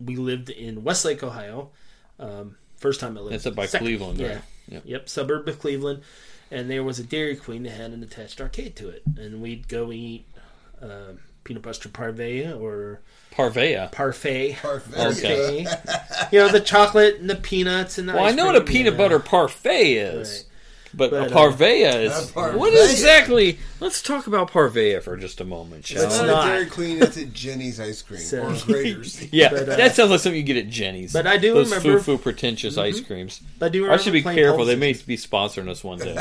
Speaker 8: we lived in Westlake, Ohio. Um, first time I lived.
Speaker 6: That's up by
Speaker 8: second-
Speaker 6: Cleveland,
Speaker 8: Yeah.
Speaker 6: right? Yep.
Speaker 8: Yep. suburb of Cleveland, and there was a Dairy Queen that had an attached arcade to it, and we'd go eat. Uh, Peanut butter parvea or
Speaker 6: Parvea.
Speaker 8: parfait, parfait,
Speaker 6: Okay.
Speaker 8: you know the chocolate and the peanuts and the
Speaker 6: Well, I
Speaker 8: ice
Speaker 6: know what a
Speaker 8: cream, you know.
Speaker 6: peanut butter parfait is, but,
Speaker 8: But,
Speaker 6: a
Speaker 8: uh,
Speaker 6: parvea
Speaker 8: a
Speaker 6: is
Speaker 8: parvea.
Speaker 6: what exactly? Let's talk about parvea for just a moment, shall
Speaker 7: It's
Speaker 6: we?
Speaker 7: not a Dairy Queen. It's at Jenny's Ice Cream or Grater's.
Speaker 6: Yeah,
Speaker 7: But, uh,
Speaker 6: that sounds like something you get at Jenny's.
Speaker 7: but I do
Speaker 6: those
Speaker 7: remember-
Speaker 6: foo-foo pretentious ice
Speaker 7: Mhm.
Speaker 6: creams.
Speaker 8: But I do
Speaker 6: I
Speaker 8: remember
Speaker 6: should be
Speaker 8: playing
Speaker 6: careful.
Speaker 8: Pulse
Speaker 6: They may be sponsoring us one day.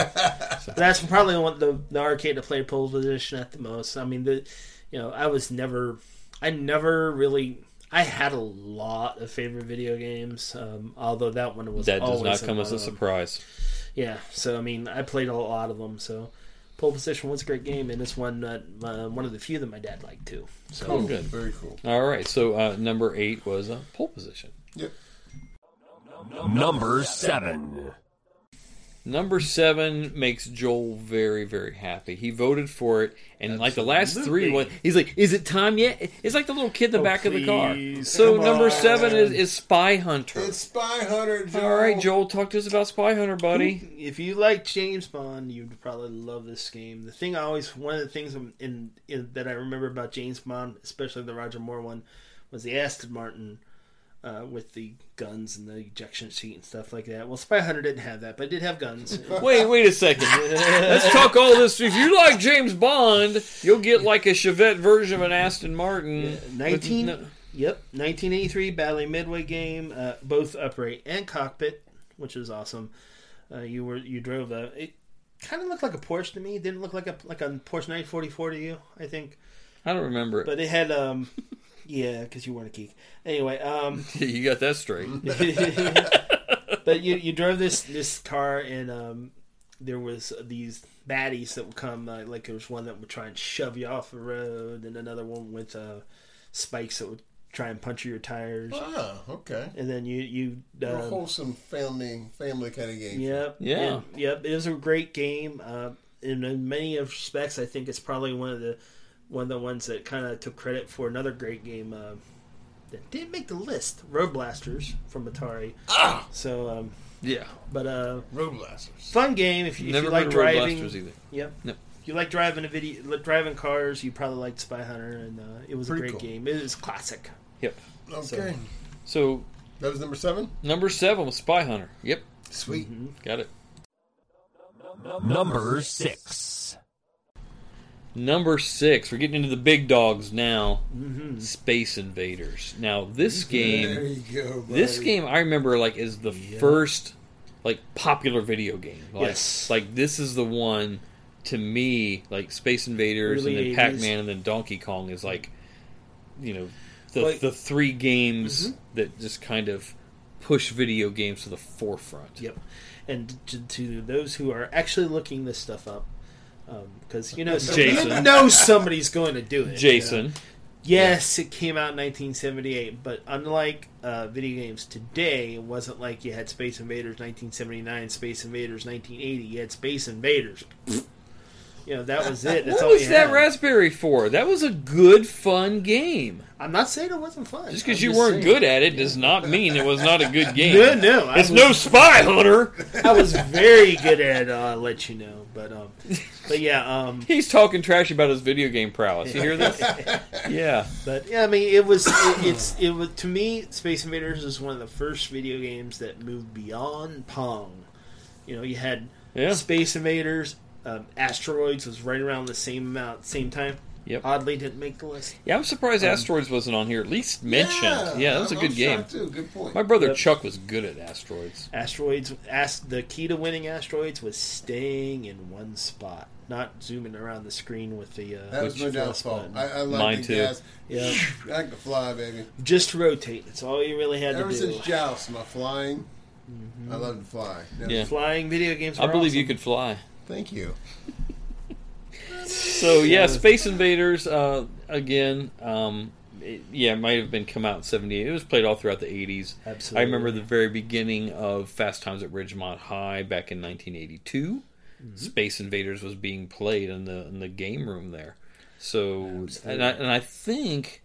Speaker 8: That's probably one the the arcade to play pole position at the most. I mean, the you know, I was never, I never really. I had a lot of favorite video games, um, although that one was
Speaker 6: that does
Speaker 8: always
Speaker 6: not come
Speaker 8: in
Speaker 6: as
Speaker 8: one
Speaker 6: a
Speaker 8: of them.
Speaker 6: surprise.
Speaker 8: Yeah, so I mean, I played a lot of them. So, pole position was a great game, and it's one that uh, one of the few that my dad liked too. So
Speaker 6: oh, good. All right. So uh, number eight was a pole position.
Speaker 12: Number seven.
Speaker 6: Number seven makes Joel very, very happy. He voted for it, and like the last three, one, he's like, "Is it time yet?" It's like the little kid in the back of the car.
Speaker 7: Oh, please,
Speaker 6: So
Speaker 7: come
Speaker 6: number
Speaker 7: on.
Speaker 6: seven is, is Spy Hunter.
Speaker 7: It's Spy Hunter. Joel.
Speaker 6: All right, Joel, talk to us about Spy Hunter, buddy.
Speaker 8: If you like James Bond, you'd probably love this game. The thing I always, one of the things I'm in, in that I remember about James Bond, especially the Roger Moore one, was the Aston Martin uh, with the guns and the ejection seat and stuff like that. Well, Spy Hunter didn't have that, but it did have guns. Uh,
Speaker 6: Wait, wait a second. Let's talk all this. If you like James Bond, you'll get like a Chevette version of an Aston Martin. with
Speaker 8: 19
Speaker 6: no-
Speaker 8: yep 1983 Bally Midway game uh, both upright and cockpit which is awesome uh, you were you drove a it kind of looked like a Porsche to me didn't look like a like a Porsche 944 to you I think
Speaker 6: I don't remember it.
Speaker 8: but it had um yeah because you weren't a geek anyway um
Speaker 6: you got that straight.
Speaker 8: but you you drove this this car and um there was these baddies that would come uh, like there was one that would try and shove you off the road and another one with uh spikes that would try and puncture your tires
Speaker 7: Ah, okay.
Speaker 8: and then you you
Speaker 7: They're
Speaker 8: uh,
Speaker 7: wholesome family family kind of game.
Speaker 8: Yep. and- yep. It was a great game. Uh, in, in many of respects, I think it's probably one of the one of the ones that kind of took credit for another great game uh, that didn't make the list. Road Blasters from Atari. Ah. So. Um,
Speaker 6: yeah.
Speaker 8: But uh,
Speaker 7: Road Blasters.
Speaker 8: Fun game if you, if
Speaker 6: Never
Speaker 8: you
Speaker 6: heard
Speaker 8: like
Speaker 6: of Road
Speaker 8: driving.
Speaker 6: Blasters either.
Speaker 8: Yep.
Speaker 6: No.
Speaker 8: If you like driving a video, like driving cars, you probably liked Spy Hunter, and uh, it was
Speaker 7: Pretty
Speaker 8: a great
Speaker 7: cool.
Speaker 8: game. It was classic.
Speaker 6: Yep.
Speaker 7: Okay.
Speaker 6: So
Speaker 7: That was number seven.
Speaker 6: number seven was Spy Hunter. Yep.
Speaker 7: Sweet.
Speaker 6: Got it.
Speaker 12: Number six.
Speaker 6: Number six, we're getting into the big dogs now.
Speaker 12: Mhm.
Speaker 6: Space Invaders. Now this
Speaker 7: There
Speaker 6: game,
Speaker 7: you go. Buddy.
Speaker 6: this game I remember like is the first like popular video game. Like,
Speaker 8: Yes.
Speaker 6: like this is the one to me like Space Invaders
Speaker 8: Early
Speaker 6: and then
Speaker 8: 80s.
Speaker 6: Pac Man and then Donkey Kong is like you know the
Speaker 8: Like- mm-hmm.
Speaker 6: the three games that just kind of push video games to the forefront.
Speaker 8: Yep. And to, to those who are actually looking this stuff up, because you know,
Speaker 6: Jason.
Speaker 8: you know somebody's going to do it. you know?
Speaker 6: Jason.
Speaker 8: Yes, it came out in 1978, but unlike uh, video games today, it wasn't like you had Space Invaders 1979, Space Invaders 1980. You had Space Invaders. you know that was it. That's
Speaker 6: What
Speaker 8: all
Speaker 6: was
Speaker 8: you
Speaker 6: that
Speaker 8: had.
Speaker 6: raspberry for? That was a good, fun game.
Speaker 8: I'm not saying it wasn't fun.
Speaker 6: Just because
Speaker 8: I'm
Speaker 6: you weren't
Speaker 8: saying.
Speaker 6: good at it does not mean it was not a good game.
Speaker 8: No, no, I
Speaker 6: it's
Speaker 8: was-
Speaker 6: no spy hunter.
Speaker 8: I was very good at. Uh, I'll let you know, but um, but yeah, um,
Speaker 6: He's talking trash about his video game prowess. You hear this? yeah,
Speaker 8: but yeah, I mean, it was it, it's it was to me, Space Invaders was one of the first video games that moved beyond Pong. You know, you had
Speaker 6: Yeah.
Speaker 8: Space Invaders, um, Asteroids was right around the same amount, same time.
Speaker 6: Yep.
Speaker 8: Oddly, didn't make the list.
Speaker 6: yeah. I'm surprised
Speaker 8: Um,
Speaker 6: Asteroids wasn't on here. At least mentioned. Yeah, that was a
Speaker 8: I'm-
Speaker 6: good
Speaker 8: I'm
Speaker 6: game.
Speaker 8: shocked too. Good point.
Speaker 6: My brother
Speaker 8: Yep.
Speaker 6: Chuck was good at Asteroids.
Speaker 8: Asteroids. As, the key to winning asteroids was staying in one spot, not zooming around the screen with the. Uh,
Speaker 7: That was
Speaker 8: with
Speaker 7: my
Speaker 8: the mouse
Speaker 7: downfall.
Speaker 8: button.
Speaker 7: I, I love
Speaker 6: Mine
Speaker 7: the
Speaker 6: too.
Speaker 7: gas.
Speaker 8: Yeah.
Speaker 7: I can fly, baby.
Speaker 8: Just rotate. That's all you really had
Speaker 7: Ever
Speaker 8: to do.
Speaker 7: since Joust, my flying, I love to fly. Never-
Speaker 6: Mm-hmm. Yeah.
Speaker 8: Flying video games.
Speaker 6: I
Speaker 8: were
Speaker 6: believe
Speaker 8: awesome.
Speaker 6: you could fly.
Speaker 7: Thank you.
Speaker 6: So yeah, Space Invaders uh, again. Um, it, yeah, it might have been come out in '78. It was played all throughout the '80s.
Speaker 8: Absolutely.
Speaker 6: I remember the very beginning of Fast Times at Ridgemont High back in 1982.
Speaker 8: Mm-hmm.
Speaker 6: Space Invaders was being played in the in the game room there. So and I, and I think,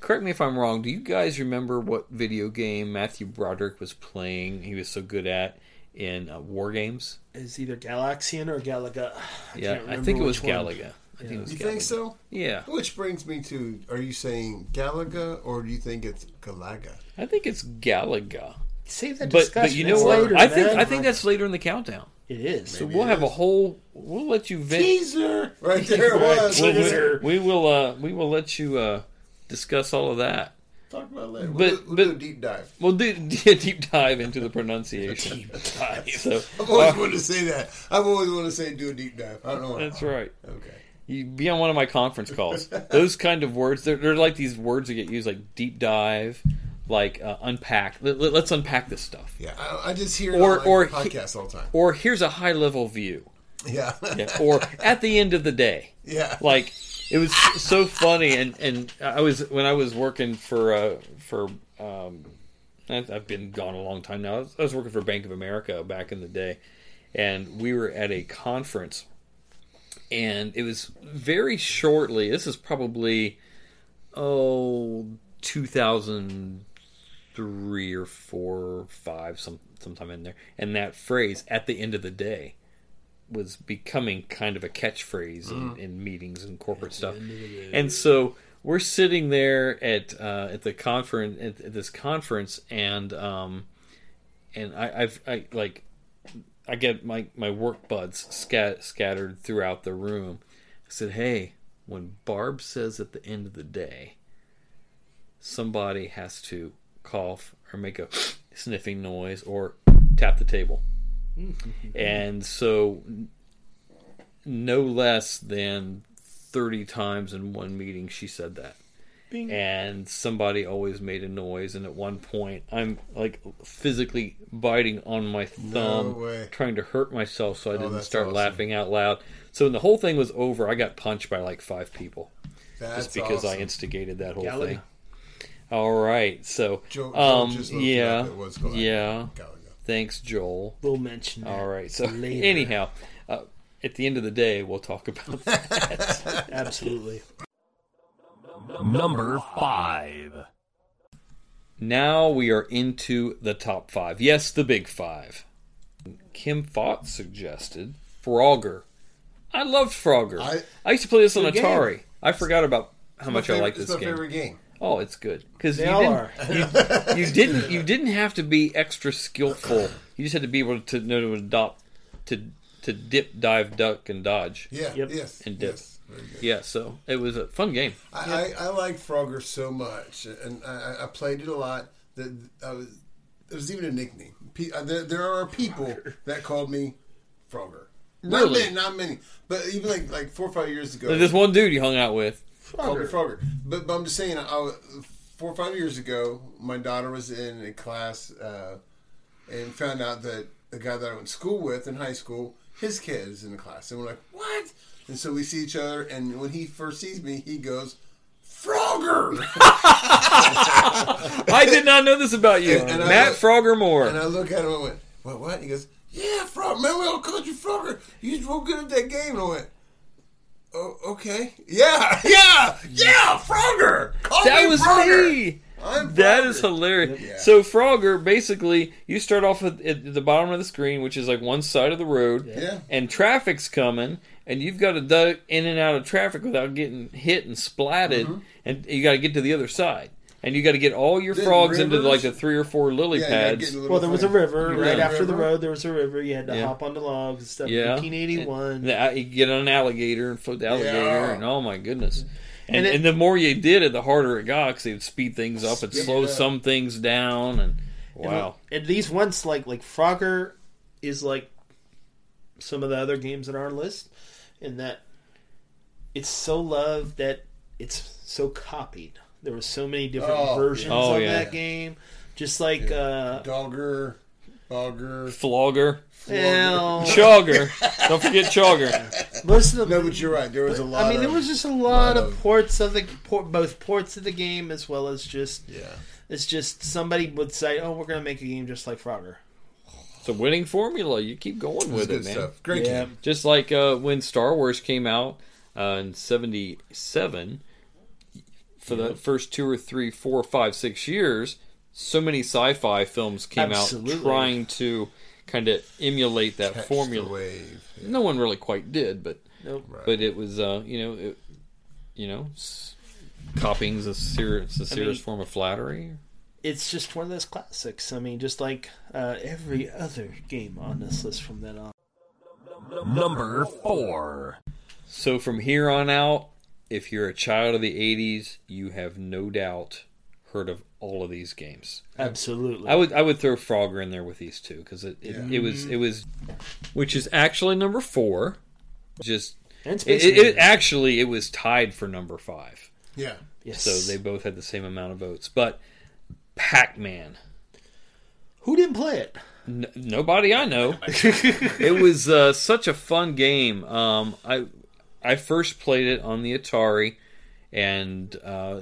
Speaker 6: correct me if I'm wrong. Do you guys remember what video game Matthew Broderick was playing? He was so good at in uh, War Games.
Speaker 8: It's either Galaxian or Galaga. I
Speaker 6: yeah,
Speaker 8: can't
Speaker 6: I
Speaker 8: remember
Speaker 6: think it was
Speaker 8: which one.
Speaker 6: Galaga. I think it was
Speaker 7: You
Speaker 6: Galaga.
Speaker 7: think so?
Speaker 6: Yeah.
Speaker 7: Which brings me to: Are you saying Galaga or do you think it's Galaga?
Speaker 6: I think it's Galaga.
Speaker 8: Save that
Speaker 6: But,
Speaker 8: discussion.
Speaker 6: but you know
Speaker 8: That's
Speaker 6: what?
Speaker 8: later,
Speaker 6: I think
Speaker 8: man.
Speaker 6: I think that's later in the countdown.
Speaker 8: It is.
Speaker 6: so we'll have a whole. We'll let you vent.
Speaker 7: Teaser, right there it
Speaker 8: Right,
Speaker 7: was.
Speaker 6: We'll- we'll-
Speaker 8: teaser.
Speaker 6: we will. Uh, we will let you uh, discuss all of that.
Speaker 7: Talk about it later. We'll,
Speaker 6: But-
Speaker 7: do, we'll
Speaker 6: but-
Speaker 7: do a deep dive.
Speaker 6: We'll do, do a deep dive into the pronunciation. So
Speaker 7: I've always
Speaker 6: uh,
Speaker 7: wanted to say that. I've always wanted to say do a deep dive. I don't know. why.
Speaker 6: that's right.
Speaker 7: Okay.
Speaker 6: You be on one of my conference calls. Those kind of words. They're, they're like these words that get used, like deep dive, like uh, unpack. Let, let- let's unpack this stuff.
Speaker 7: Yeah, I, I just hear
Speaker 6: Or
Speaker 7: it
Speaker 6: or
Speaker 7: on
Speaker 6: he-
Speaker 7: like, podcasts all the time.
Speaker 6: Or here's a high level view.
Speaker 7: Yeah.
Speaker 6: Yeah, or at the end of the day.
Speaker 7: Yeah.
Speaker 6: Like it was so funny, and and I was when I was working for uh for um, I've I've been gone a long time now. I was, I was working for Bank of America back in the day, and we were at a conference, and it was very shortly. This is probably oh 2000 three or four or five some sometime in there and that phrase at the end of the day was becoming kind of a catchphrase in, in meetings and corporate stuff and so we're sitting there at uh, at the conference at, at this conference and um and I, I've I like I get my my work buds scat, scattered throughout the room. I said, "Hey, when Barb says at the end of the day, somebody has to cough or make a sniffing noise or tap the table." and so n- no less than 30 times in one meeting she said that and somebody always made a noise and at one point i'm like physically biting on my thumb
Speaker 7: way.
Speaker 6: trying to hurt myself so i didn't
Speaker 7: Oh, that's
Speaker 6: start
Speaker 7: awesome.
Speaker 6: laughing out loud so when the whole thing was over i got punched by like five people
Speaker 7: That's
Speaker 6: just because
Speaker 7: awesome.
Speaker 6: i instigated that whole
Speaker 8: Gallagher.
Speaker 6: thing all right so
Speaker 7: Joe- Joe
Speaker 6: um,
Speaker 7: just looked it
Speaker 6: yeah
Speaker 7: up. It was Gallagher.
Speaker 6: yeah
Speaker 7: Gallagher.
Speaker 6: thanks joel
Speaker 8: We'll mention that.
Speaker 6: all right. So
Speaker 8: later.
Speaker 6: anyhow, uh, at the end of the day, we'll talk about that.
Speaker 8: Absolutely.
Speaker 12: Number five.
Speaker 6: now we are into the top five. Yes, the big five. Kim Fott suggested Frogger. I loved Frogger. I,
Speaker 7: I-
Speaker 6: used to play this on
Speaker 7: Good game.
Speaker 6: Atari. I forgot about how
Speaker 7: My
Speaker 6: much
Speaker 7: favorite-
Speaker 6: I like this
Speaker 7: it's my
Speaker 6: game.
Speaker 7: favorite game.
Speaker 6: Oh, it's good because you
Speaker 8: They all
Speaker 6: didn't,
Speaker 8: are.
Speaker 6: you, you didn't you didn't have to be extra skillful. You just had to be able to know to adopt to to dip, dive, duck, and dodge.
Speaker 7: Yeah.
Speaker 8: Yep.
Speaker 7: Yes.
Speaker 6: And dip.
Speaker 7: Yes. Very good.
Speaker 6: Yeah, so it was a fun game.
Speaker 7: I, I, I like Frogger so much, and I, I- I played it a lot. That I was, it was even a nickname. Pe- uh, There, there are people that called me Frogger. Not
Speaker 6: Really?
Speaker 7: many, not many, but even like like four or five years ago,
Speaker 6: Like this one dude you hung out with.
Speaker 7: called me Frogger. But, but I'm just saying, I, was- four or five years ago, my daughter was in a class uh, and found out that the guy that I went to school with in high school, his kid is in the class, and we're like, what? And so we see each other, and when he first sees me, he goes. Frogger!
Speaker 6: I did not know this about you,
Speaker 7: And- and I
Speaker 6: Matt
Speaker 7: look-
Speaker 6: Frogger Moore.
Speaker 7: And I look at him and went, What, what? He goes, Yeah, Frog, man, we all called you Frogger. You was real good at that game. And I went, "Oh, Okay. Yeah. Yeah. Yeah. Frogger. Call
Speaker 6: that
Speaker 7: me
Speaker 6: was
Speaker 7: Frogger!
Speaker 6: me.
Speaker 7: I'm
Speaker 6: That
Speaker 7: Frogger.
Speaker 6: is hilarious. So Frogger, basically, you start off at, at the bottom of the screen, which is like one side of the road,
Speaker 7: Yeah.
Speaker 6: and traffic's coming, and you've got to duck in and out of traffic without getting hit and splatted,
Speaker 8: Mm-hmm.
Speaker 6: and you got to get to the other side, and you got to get all your
Speaker 8: Then
Speaker 6: frogs into
Speaker 8: rivers-
Speaker 6: like the three or four lily pads.
Speaker 8: Well, there was a river
Speaker 6: Yeah.
Speaker 8: right after the road. There was a river. You had to
Speaker 6: Yeah.
Speaker 8: hop on the logs and stuff.
Speaker 6: Yeah.
Speaker 8: 1981.
Speaker 6: And the- you get an alligator and float the alligator,
Speaker 8: Yeah.
Speaker 6: and oh my goodness.
Speaker 8: And
Speaker 6: And, and,
Speaker 8: it-
Speaker 6: the more you did it, the harder it got because they'd speed things up and
Speaker 8: Speed
Speaker 6: slow
Speaker 8: it up.
Speaker 6: some things down. And
Speaker 8: And
Speaker 6: wow,
Speaker 8: at least once, like like Frogger is like some of the other games on our list, in that it's so loved that it's so copied. There were so many different
Speaker 7: Oh,
Speaker 8: versions
Speaker 7: yeah. Oh,
Speaker 8: of
Speaker 7: yeah.
Speaker 8: that game, just like uh,
Speaker 7: Dogger, Bogger,
Speaker 6: flogger,
Speaker 8: Well-
Speaker 6: chogger. Don't forget chogger.
Speaker 8: Most of the,
Speaker 7: no, but you're right. There was a lot.
Speaker 8: I mean,
Speaker 7: of,
Speaker 8: there was just a lot, of, ports of the por- both ports of the game as well as just
Speaker 7: yeah.
Speaker 8: It's just somebody would say, "Oh, we're gonna make a game just like Frogger."
Speaker 6: It's a winning formula. You keep going with it,
Speaker 8: good
Speaker 6: man.
Speaker 8: stuff. Great Yeah. game.
Speaker 6: Just like uh, when Star Wars came out uh, in '77, for the first two or three, four, five, six years, so many sci-fi films came
Speaker 8: Absolutely.
Speaker 6: out trying to kind of emulate that
Speaker 7: Catch the
Speaker 6: formula.
Speaker 7: wave,
Speaker 6: No one really quite did, but
Speaker 8: Nope.
Speaker 6: but it was uh, you know it, you know s- copying's a serious a
Speaker 8: I
Speaker 6: serious
Speaker 8: mean-
Speaker 6: form of flattery.
Speaker 8: It's just one of those classics. I mean, just like uh, every other game on this list from then on.
Speaker 12: Number four.
Speaker 6: So from here on out, if you're a child of the 80s, you have no doubt heard of all of these games.
Speaker 8: Absolutely.
Speaker 6: I would I would throw Frogger in there with these two because it, it,
Speaker 8: Yeah.
Speaker 6: it was it was, which is actually number four. Just
Speaker 8: And
Speaker 6: it,
Speaker 8: Space
Speaker 6: it- it
Speaker 8: Invaders.
Speaker 6: actually it was tied for number five.
Speaker 7: Yeah.
Speaker 8: Yes.
Speaker 6: So they both had the same amount of votes, but Pac-Man.
Speaker 8: Who didn't play it?
Speaker 6: N- nobody I know. it was uh, such a fun game. Um, I I first played it on the Atari and uh,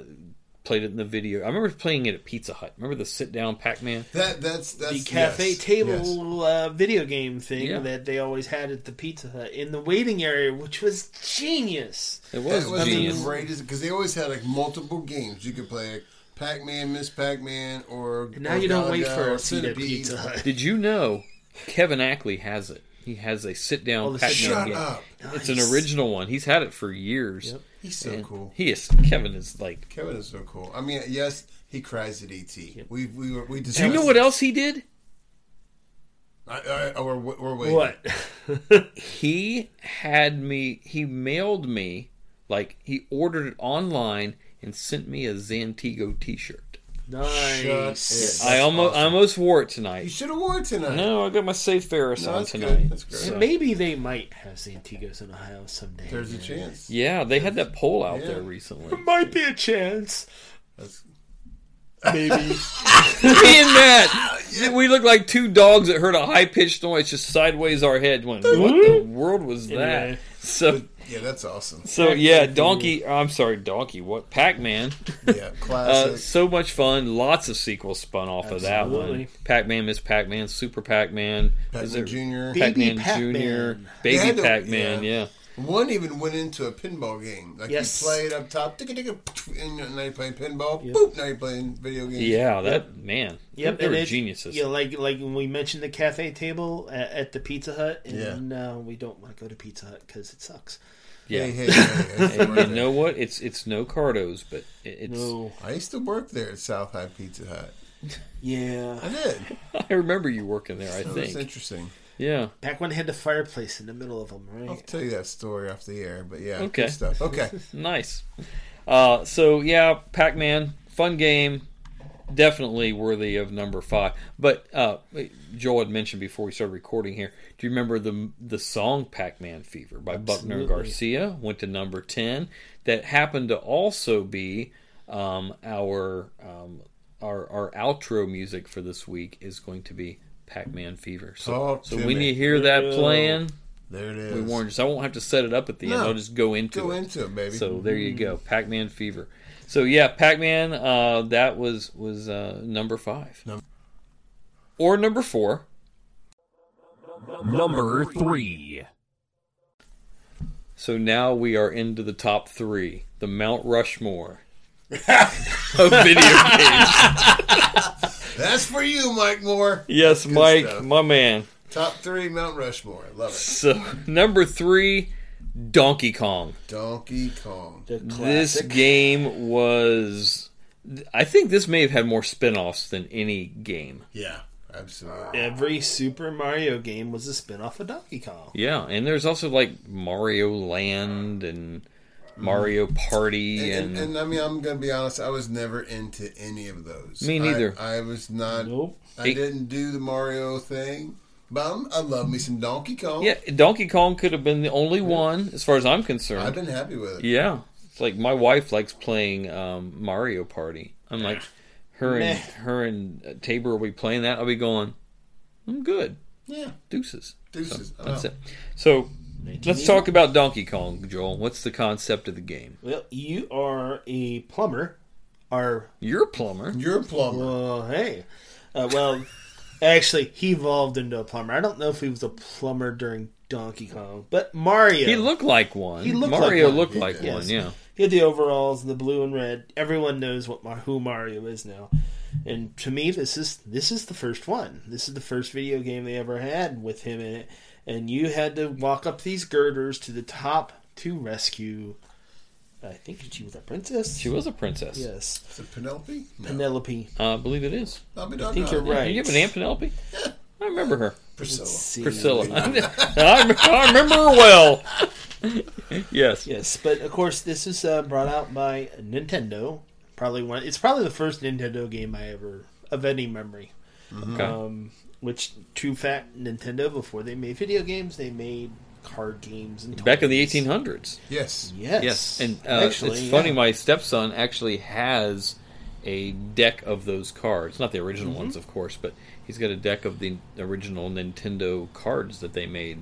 Speaker 6: played it in the video. I remember playing it at Pizza Hut. Remember the sit down Pac Man?
Speaker 7: That that's that's
Speaker 8: the cafe
Speaker 7: yes, yes.
Speaker 8: table uh, video game thing
Speaker 6: Yeah.
Speaker 8: that they always had at the Pizza Hut in the waiting area, which was genius.
Speaker 6: It
Speaker 7: That was
Speaker 6: genius.
Speaker 7: the greatest because they always had like multiple games you could play. Like, Pac-Man, Miss Pac-Man, or
Speaker 8: now
Speaker 7: or
Speaker 8: you don't wait
Speaker 7: Galaga
Speaker 8: for
Speaker 7: or
Speaker 8: a seat at
Speaker 7: Centipede.
Speaker 8: Pizza Hut.
Speaker 6: Did you know Kevin Ackley has it? He has a sit down
Speaker 8: Oh, the
Speaker 6: Pac Man
Speaker 8: sit-down.
Speaker 6: game.
Speaker 8: Shut up.
Speaker 7: Ah,
Speaker 6: It's an
Speaker 8: Nice.
Speaker 6: original one. He's had it for years.
Speaker 7: He's so
Speaker 6: And
Speaker 7: cool.
Speaker 6: He is Kevin is like
Speaker 7: Kevin is so cool. I mean, yes, he cries at ET. We we were- we
Speaker 6: Do you know what else he did?
Speaker 7: I, I, or, or wait.
Speaker 6: he had me. He mailed me like he ordered it online and sent me a Zantigo T-shirt.
Speaker 8: Nice.
Speaker 7: Shut
Speaker 6: I almost I almost wore it
Speaker 7: You
Speaker 6: tonight.
Speaker 7: should have wore it tonight.
Speaker 6: No, I got my Safe Ferris
Speaker 7: No,
Speaker 6: on
Speaker 7: that's good.
Speaker 6: tonight.
Speaker 7: That's great.
Speaker 6: So-
Speaker 8: And maybe they might have Santigos in Ohio someday.
Speaker 7: There's a chance.
Speaker 6: yeah, they had that poll out
Speaker 7: Yeah.
Speaker 6: there recently.
Speaker 8: Might be a chance.
Speaker 7: That's-
Speaker 8: Maybe.
Speaker 6: me and Matt, we look like two dogs that heard a high pitched noise just sideways our head. Went, what the world was that?
Speaker 8: Anyway.
Speaker 6: So.
Speaker 7: Yeah, that's awesome.
Speaker 6: So yeah, Donkey. I'm sorry, Donkey. What Pac-Man?
Speaker 7: Yeah,
Speaker 6: Uh,
Speaker 7: classic.
Speaker 6: so much fun. Lots of sequels spun off of that
Speaker 8: Absolutely.
Speaker 6: one. Pac Man, Miss Pac Man, Super Pac Man,
Speaker 7: Pac-Man Jr..
Speaker 6: Pac
Speaker 8: Baby
Speaker 6: Man
Speaker 8: Pac-Man.
Speaker 6: Jr.,
Speaker 7: They had
Speaker 6: Baby
Speaker 7: to-
Speaker 6: Pac Man, yeah.
Speaker 7: One even went into a pinball game. Like
Speaker 8: Yes.
Speaker 7: you played up top, ticka ticka, and now you're playing pinball. Boop, now you're playing video games.
Speaker 6: Yeah, that, man.
Speaker 8: Yep,
Speaker 6: they
Speaker 8: and
Speaker 6: were
Speaker 8: it-
Speaker 6: geniuses.
Speaker 8: Yeah, like like when we mentioned the cafe table at, at the Pizza Hut, and
Speaker 7: Yeah.
Speaker 8: no, we don't want to go to Pizza Hut because it sucks.
Speaker 6: Yeah.
Speaker 7: Hey, hey, hey, that's
Speaker 6: and you
Speaker 7: right.
Speaker 6: know what? It's it's no Cardos, but it, it's.
Speaker 8: No,
Speaker 7: I used to work there at South High Pizza Hut. I
Speaker 8: yeah.
Speaker 7: did.
Speaker 6: I remember you working there, I
Speaker 7: So it's
Speaker 6: think.
Speaker 7: interesting.
Speaker 6: Yeah.
Speaker 8: Back when they had the fireplace in the middle of them, right?
Speaker 7: I'll tell you that story off the air, but yeah,
Speaker 6: Okay.
Speaker 7: good stuff. Okay,
Speaker 6: Nice. Uh, so yeah, Pac Man, fun game, definitely worthy of number five. But uh, Joel had mentioned before we started recording here. Do you remember the the song Pac Man Fever by Buckner and Garcia went to number ten? That happened to also be um, our um, our our outro music for this week is going to be Pac Man Fever. So
Speaker 7: Talk
Speaker 6: so
Speaker 7: to
Speaker 6: when
Speaker 7: me.
Speaker 6: you hear that
Speaker 8: Yeah.
Speaker 6: playing.
Speaker 7: there it is.
Speaker 6: We warned you. So I won't have to set it up at the end.
Speaker 7: No.
Speaker 6: I'll just go into
Speaker 7: Go
Speaker 6: it.
Speaker 7: into it, baby.
Speaker 6: So there you go. Pac Man Fever. So yeah, Pac Man. Uh, that was was uh, number five.
Speaker 7: Num-
Speaker 6: or number four.
Speaker 12: Number three.
Speaker 6: So now we are into the top three, the Mount Rushmore of video games.
Speaker 7: That's for you, Mike Moore.
Speaker 6: yes,
Speaker 7: Good
Speaker 6: Mike,
Speaker 7: stuff.
Speaker 6: my man.
Speaker 7: Top three Mount Rushmore. I love it.
Speaker 6: So number three, Donkey Kong.
Speaker 7: Donkey Kong.
Speaker 6: This game was. I think this may have had more spin offs than any game.
Speaker 7: Yeah, absolutely.
Speaker 8: Every Super Mario game was a spin off of Donkey Kong.
Speaker 6: Yeah, and there's also like Mario Land and Mario Party
Speaker 7: And,
Speaker 6: and,
Speaker 7: and I mean, I'm gonna be honest. I was never into any of those.
Speaker 6: Me
Speaker 7: I-
Speaker 6: neither.
Speaker 7: I, was not.
Speaker 8: Nope.
Speaker 7: I didn't do the Mario thing. But I'm, I love me some Donkey Kong.
Speaker 6: yeah, Donkey Kong could have been the only one as far as I'm concerned.
Speaker 7: I've been happy with it.
Speaker 6: Yeah, it's like my wife likes playing um, Mario Party. I'm like, her and
Speaker 7: Meh.
Speaker 6: her and uh, Tabor will be playing that. I'll be going, I'm good.
Speaker 7: Yeah.
Speaker 6: Deuces.
Speaker 7: Deuces.
Speaker 6: So,
Speaker 7: I'm
Speaker 6: that's
Speaker 7: out.
Speaker 6: it. So let's talk about Donkey Kong, Joel. What's the concept of the game?
Speaker 8: Well, you are a plumber. Are
Speaker 6: you're a plumber?
Speaker 7: You're a plumber.
Speaker 8: Well, hey. Uh, well, actually, he evolved into a plumber. I don't know if he was a plumber during Donkey Kong, but Mario.
Speaker 6: He looked like one.
Speaker 8: He looked
Speaker 6: Mario
Speaker 8: like one.
Speaker 6: looked like one, yeah.
Speaker 8: He had the overalls, the blue and red. Everyone knows what Mar- who Mario is now. And to me, this is this is the first one. This is the first video game they ever had with him in it. And you had to walk up these girders to the top to rescue. I think she was a princess.
Speaker 6: She was a princess.
Speaker 8: Yes.
Speaker 7: Is it Penelope?
Speaker 8: Penelope.
Speaker 6: Uh, I believe it is.
Speaker 7: I'll be
Speaker 8: I
Speaker 7: done
Speaker 8: think
Speaker 7: now.
Speaker 8: you're right.
Speaker 6: Did you have an aunt Penelope? I remember her.
Speaker 7: Priscilla.
Speaker 6: Priscilla. I, rem- I remember her well. yes.
Speaker 8: Yes, but of course, this is uh, brought out by Nintendo. Probably one. It's probably the first Nintendo game I ever of any memory.
Speaker 6: Mhm. Okay.
Speaker 8: Um, which true fact, Nintendo before they made video games, they made card games and
Speaker 6: Back in the
Speaker 8: toys.
Speaker 6: 1800s.
Speaker 7: Yes.
Speaker 8: Yes.
Speaker 6: And uh,
Speaker 8: Actually,
Speaker 6: it's funny,
Speaker 8: yeah.
Speaker 6: my stepson actually has a deck of those cards. Not the original
Speaker 8: Mhm.
Speaker 6: ones, of course, but he's got a deck of the original Nintendo cards that they made.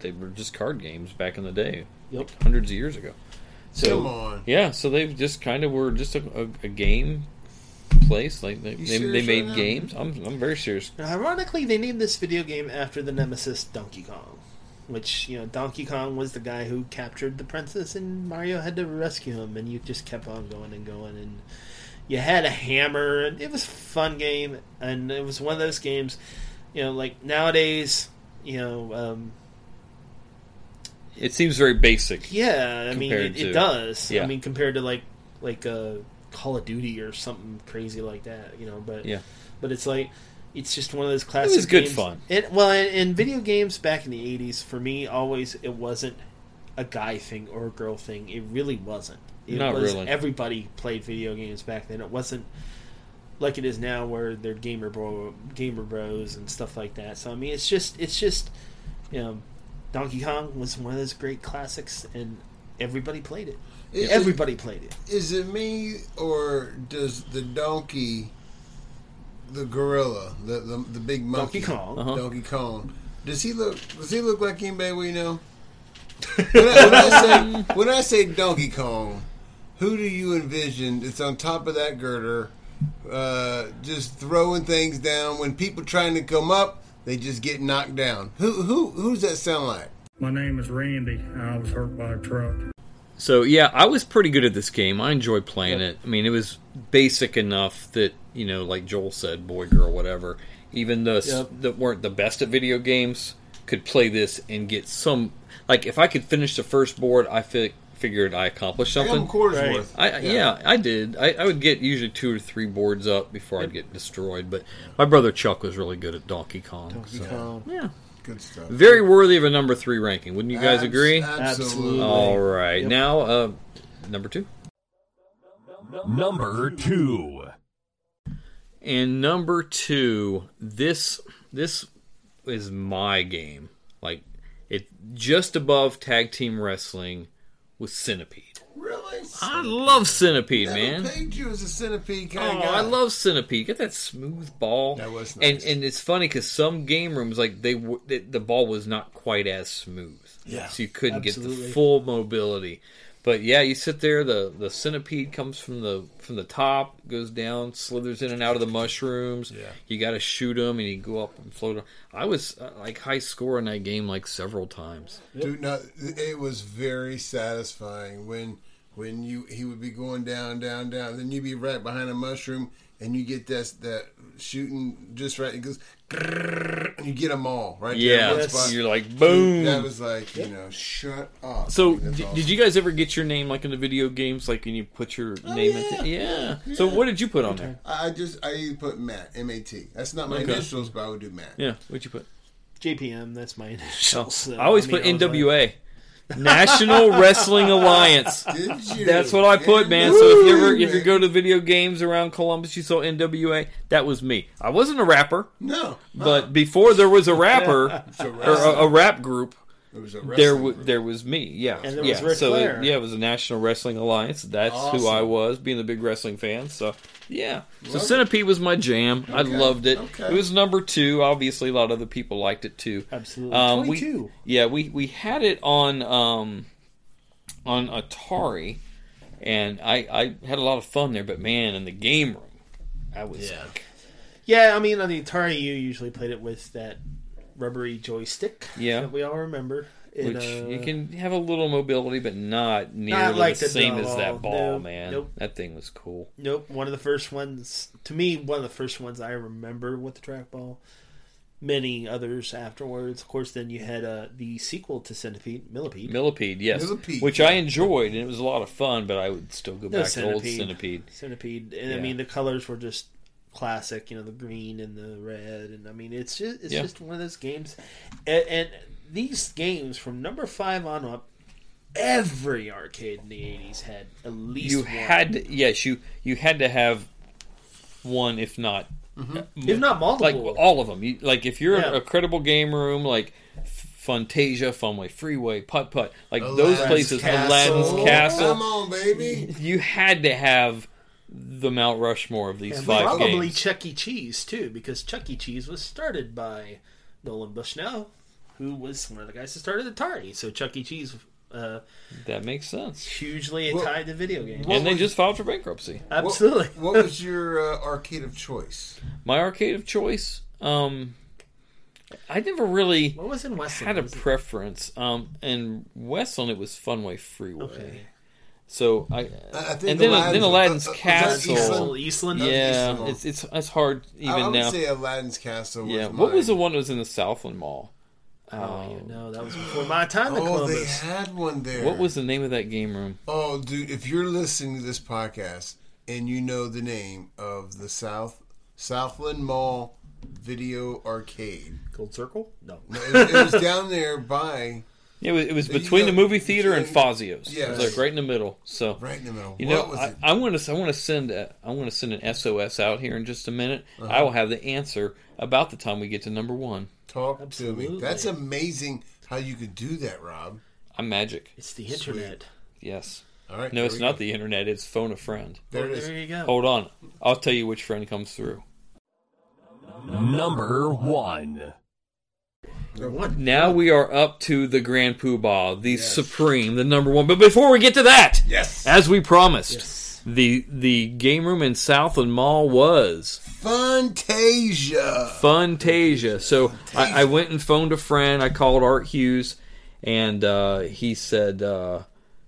Speaker 6: They were just card games back in the day,
Speaker 8: Yep.
Speaker 6: like hundreds of years ago. So,
Speaker 7: Come on.
Speaker 6: Yeah, so they just kind of were just a, a, a game place. Like they,
Speaker 8: You
Speaker 6: they, they
Speaker 8: serious
Speaker 6: made
Speaker 8: right now?
Speaker 6: games. I'm, I'm very serious.
Speaker 8: Now, ironically, they named this video game after the nemesis Donkey Kong, which you know Donkey Kong was the guy who captured the princess, and Mario had to rescue him, and you just kept on going and going, and you had a hammer, and it was a fun game, and it was one of those games, you know, like nowadays, you know, um,
Speaker 6: It seems very basic.
Speaker 8: yeah, I mean,
Speaker 6: compared
Speaker 8: it, it
Speaker 6: to-
Speaker 8: does.
Speaker 6: Yeah.
Speaker 8: I mean, compared to like like uh, Call of Duty or something crazy like that, you know. But
Speaker 6: Yeah.
Speaker 8: but it's like it's just one of those classic.
Speaker 6: good
Speaker 8: games.
Speaker 6: fun.
Speaker 8: It well, in, in video games back in the '80s, for me, always it wasn't a guy thing or a girl thing. It really wasn't. It
Speaker 6: Not
Speaker 8: was
Speaker 6: really.
Speaker 8: Everybody played video games back then. It wasn't like it is now, where they're gamer bro, gamer bros and stuff like that. So I mean, it's just it's just you know, Donkey Kong was one of those great classics, and everybody played it.
Speaker 7: Is it-
Speaker 8: everybody played it.
Speaker 7: Is it me or does the donkey, the gorilla, the the, the big monkey,
Speaker 8: Donkey Kong.
Speaker 6: Uh-huh.
Speaker 7: Donkey Kong, does he look? Does he look like anybody we know? when, I, when I say when I say Donkey Kong, who do you envision? It's on top of that girder, uh, just throwing things down. When people trying to come up, they just get knocked down. Who who who's that sound like?
Speaker 9: My name is Randy. I was hurt by a truck.
Speaker 6: So yeah, I was pretty good at this game. I enjoyed playing it. I mean, it was basic enough that you know, like Joel said, boy, girl, whatever. Even those
Speaker 8: Yep.
Speaker 6: that weren't the best at video games could play this and get some. Like if I could finish the first board, I fi- figured I accomplished
Speaker 7: I got
Speaker 6: something.
Speaker 7: them quarters Right. worth.
Speaker 6: I, yeah. I did. I, I would get usually two or three boards up before I'd get destroyed. But my brother Chuck was really good at Donkey Kong. so. Yeah.
Speaker 7: Good stuff.
Speaker 6: Very worthy of a number three ranking. Wouldn't you guys
Speaker 7: Abs-
Speaker 6: agree?
Speaker 7: absolutely.
Speaker 6: All right.
Speaker 12: Yep.
Speaker 6: Now, uh, number two.
Speaker 12: Number two.
Speaker 6: And number two, this this is my game. Like it just above tag team wrestling was Centipede.
Speaker 7: Really?
Speaker 6: I love Centipede, man.
Speaker 7: Paid you as a centipede
Speaker 6: Oh,
Speaker 7: kind of guy.
Speaker 6: I love Centipede. Get that smooth ball. That
Speaker 7: was
Speaker 6: and and it's funny because some game rooms like they w- the the ball was not quite as smooth.
Speaker 7: Yeah,
Speaker 6: so you couldn't get
Speaker 8: absolutely.
Speaker 6: the full mobility. But yeah, you sit there. the The centipede comes from the from the top, goes down, slithers in and out of the mushrooms.
Speaker 13: Yeah.
Speaker 6: you got to shoot them, and you go up and float. I was uh, like high score in that game like several times.
Speaker 7: Dude, no, it was very satisfying when when you he would be going down, down, down. Then you'd be right behind a mushroom, and you get that that shooting just right. It goes, grrrr, and you get them all right. there in
Speaker 6: Yeah.
Speaker 7: one
Speaker 6: Yes.
Speaker 7: spot.
Speaker 6: You're like,
Speaker 7: Dude,
Speaker 6: boom.
Speaker 7: That was like you know, shut up.
Speaker 6: So,
Speaker 7: That's
Speaker 6: d-
Speaker 7: awesome.
Speaker 6: did you guys ever get your name like in the video games, like when you put your
Speaker 8: Oh,
Speaker 6: name? Yeah. At the, yeah. So, what did you put on there?
Speaker 7: I I just I put Matt M A T. That's not my
Speaker 6: Okay.
Speaker 7: initials, but I would do Matt.
Speaker 6: Yeah. What'd you put? Oh.
Speaker 8: JPM, that's my initials. Oh. so,
Speaker 6: I always
Speaker 8: mean,
Speaker 6: put
Speaker 8: I was like-
Speaker 6: NWA. National Wrestling Alliance.
Speaker 8: Did you?
Speaker 6: That's what I put, man. So if you ever if you go to video games around Columbus, you saw NWA. That was me. I wasn't a rapper.
Speaker 7: No.
Speaker 6: But before there was a rapper
Speaker 7: It's a
Speaker 6: or a, a rap group,
Speaker 7: It was a
Speaker 6: there
Speaker 7: wrestling
Speaker 6: w- there was me. Yeah,
Speaker 7: And there
Speaker 6: yeah.
Speaker 7: was Ric
Speaker 6: so
Speaker 7: Flair.
Speaker 6: It, yeah, it was the National Wrestling Alliance. That's who
Speaker 7: Awesome.
Speaker 6: I was, being a big wrestling fan. So yeah. So
Speaker 7: Love it.
Speaker 6: Centipede was my jam. I
Speaker 7: Okay,
Speaker 6: loved it.
Speaker 7: okay.
Speaker 6: It was number two. Obviously, a lot of other people liked it too. Um,
Speaker 8: Absolutely.
Speaker 6: we,
Speaker 8: 22.
Speaker 6: yeah, we we had it on um, on Atari, and I I had a lot of fun there. But man, in the game room, I was
Speaker 8: Yeah.
Speaker 6: like,
Speaker 8: Yeah, I mean, on the Atari, you usually played it with that rubbery joystick.
Speaker 6: Yeah.
Speaker 8: that we all remember. It,
Speaker 6: which
Speaker 8: uh,
Speaker 6: you can have a little mobility, but not nearly
Speaker 8: like
Speaker 6: the
Speaker 8: the
Speaker 6: same as
Speaker 8: ball.
Speaker 6: that ball,
Speaker 8: Nope,
Speaker 6: man.
Speaker 8: nope.
Speaker 6: That thing was cool.
Speaker 8: Nope. One of the first ones to me, one of the first ones I remember with the trackball. Many others afterwards. Of course, then you had uh, the sequel to Centipede, Millipede.
Speaker 6: Millipede, yes, which I enjoyed and it was a lot of fun, but I would still go
Speaker 8: No,
Speaker 6: back to old
Speaker 8: Centipede.
Speaker 6: centipede.
Speaker 8: Centipede, and I
Speaker 6: Yeah.
Speaker 8: mean the colors were just classic. You know, the green and the red, and I mean it's just it's
Speaker 6: Yeah.
Speaker 8: just one of those games. And, and these games from number five on up, every arcade in the eighties had at least
Speaker 6: You
Speaker 8: one.
Speaker 6: had to, yes, you you had to have one, if not,
Speaker 8: Mhm.
Speaker 6: m-
Speaker 8: If not multiple.
Speaker 6: like all of them. You, like if you're
Speaker 8: Yeah.
Speaker 6: a credible game room, like Fantasia, Funway Freeway, Putt Putt, like those
Speaker 7: Aladdin's
Speaker 6: places,
Speaker 7: Castle. Oh,
Speaker 6: Aladdin's Castle.
Speaker 7: Come on, baby.
Speaker 6: You had to have the Mount Rushmore of these
Speaker 8: and
Speaker 6: five
Speaker 8: probably
Speaker 6: games.
Speaker 8: Chuck E. Cheese too, because Chuck E. Cheese was started by Nolan Bushnell, who was one of the guys that started Atari. So Chuck E. Cheese. Uh,
Speaker 6: that makes sense.
Speaker 8: Hugely tied to video games,
Speaker 6: And they just filed for bankruptcy.
Speaker 8: Absolutely.
Speaker 7: What, what was your uh, arcade of choice?
Speaker 6: My arcade of choice. Um, I never really
Speaker 8: what was in Westland?
Speaker 6: had a
Speaker 8: Was it-
Speaker 6: preference. Um, and Westland it was Funway Freeway.
Speaker 8: Okay.
Speaker 6: So I,
Speaker 8: I think
Speaker 6: and then
Speaker 8: Aladdin's-
Speaker 6: then Aladdin's
Speaker 8: uh, uh, was that
Speaker 6: Castle,
Speaker 8: Eastland? Eastland?
Speaker 6: yeah,
Speaker 8: Eastland.
Speaker 6: it's it's it's hard even
Speaker 7: I would
Speaker 6: now.
Speaker 7: say Aladdin's Castle. Was
Speaker 6: yeah,
Speaker 7: mine.
Speaker 6: what was the one that was in the Southland Mall?
Speaker 8: Oh, yeah, no, that was before my time in
Speaker 7: Oh, they
Speaker 8: Columbus.
Speaker 7: had one there.
Speaker 6: What was the name of that game room?
Speaker 7: Oh, dude, if you're listening to this podcast and you know the name of the South Southland Mall Video Arcade,
Speaker 8: Gold Circle? No,
Speaker 7: it, it was down there by.
Speaker 6: It was, it was
Speaker 7: You
Speaker 6: between
Speaker 7: know-
Speaker 6: the movie theater and Fazio's.
Speaker 7: Yes.
Speaker 6: it was like right in the middle. So
Speaker 7: Right in the middle.
Speaker 6: You
Speaker 7: What
Speaker 6: know,
Speaker 7: was
Speaker 6: I,
Speaker 7: it?
Speaker 6: I want to I want to send a, I want to send an SOS out here in just a minute.
Speaker 7: Uh-huh.
Speaker 6: I will have the answer about the time we get to number one.
Speaker 7: Talk to me. That's amazing how you could do that, Rob.
Speaker 6: I'm magic.
Speaker 8: It's the internet.
Speaker 6: Yes.
Speaker 7: All right,
Speaker 6: No,
Speaker 7: there
Speaker 6: it's
Speaker 7: we
Speaker 6: not the internet. It's phone a friend.
Speaker 7: There it is. There
Speaker 8: you go.
Speaker 6: Hold on. I'll tell you which friend comes through.
Speaker 12: Number one.
Speaker 6: Oh, Now we are up to the Grand Poobah, the supreme, the number one. But before we get to that,
Speaker 7: yes,
Speaker 6: as we promised, the the game room in Southland Mall was
Speaker 7: Fantasia.
Speaker 6: Funtasia. So I, I went and phoned a friend. I called Art Hughes, and uh, he said uh,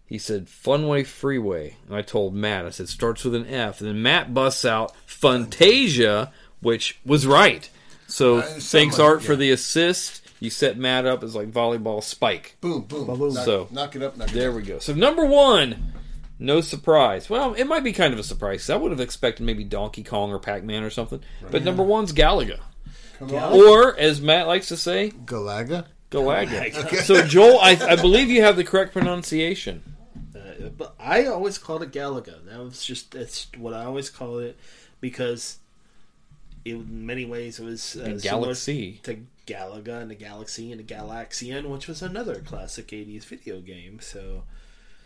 Speaker 6: he said Funway Freeway. And I told Matt. I said starts with an F. And then Matt busts out Funtasia, which was right. So
Speaker 7: Uh,
Speaker 6: thanks
Speaker 7: someone-
Speaker 6: Art for the assist. You set Matt up as like volleyball spike.
Speaker 7: Boom, boom. Knock,
Speaker 6: So
Speaker 7: knock it up. Knock
Speaker 6: there
Speaker 7: it
Speaker 6: we go. So number one, no surprise. Well, it might be kind of a surprise. 'cause I would have expected maybe Donkey Kong or Pac Man or something. But
Speaker 7: Yeah.
Speaker 6: number one's Galaga,
Speaker 7: Come on.
Speaker 6: or as Matt likes to say,
Speaker 7: Galaga.
Speaker 6: Galaga.
Speaker 7: Galaga. Okay.
Speaker 6: So Joel, I, I believe you have the correct pronunciation.
Speaker 8: Uh, but I always called it Galaga. That was just that's what I always called it because it, in many ways it was uh,
Speaker 6: And
Speaker 8: similar
Speaker 6: Galaxy.
Speaker 8: to Galaga and the Galaxy and the Galaxian, which was another classic '80s video game. So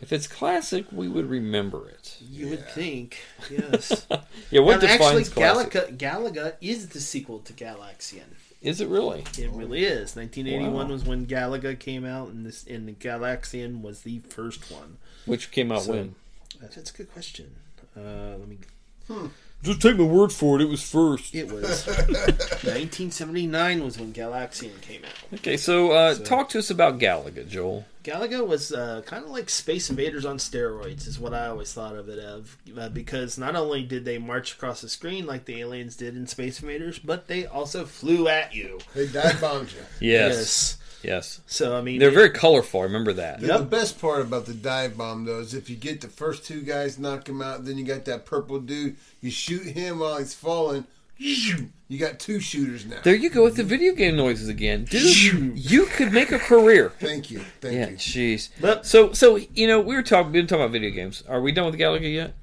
Speaker 6: If it's classic, we would remember it.
Speaker 8: you would think, yes.
Speaker 6: Yeah, what
Speaker 8: And
Speaker 6: defines classic?
Speaker 8: Galaga? Galaga is the sequel to Galaxian.
Speaker 6: Is it really?
Speaker 8: It really is. 1981
Speaker 6: Wow.
Speaker 8: was when Galaga came out, and this and the Galaxian was the first one.
Speaker 6: Which came out
Speaker 8: So,
Speaker 6: when?
Speaker 8: That's a good question. Uh, let me.
Speaker 6: Just take my word for it. It was first.
Speaker 8: It was 1979 was when Galaxian came out.
Speaker 6: Okay, so, uh, talk to us about Galaga, Joel.
Speaker 8: Galaga was uh, kind of like Space Invaders on steroids, is what I always thought of it of, uh, because not only did they march across the screen like the aliens did in Space Invaders, but they also flew at you.
Speaker 7: They dive bombed you.
Speaker 6: Yes. Yes.
Speaker 8: So I mean,
Speaker 6: they're very colorful. I remember that.
Speaker 7: The, the best part about the dive bomb, though, is if you get the first two guys, knock him out, then you got that purple dude. You shoot him while he's falling. You got two shooters now.
Speaker 6: There you go with the video game noises again, dude. you could make a career.
Speaker 7: Thank you. Thank
Speaker 6: yeah, jeez. So, so you know, we were talking. We've been talking about video games. Are we done with Galaga yet?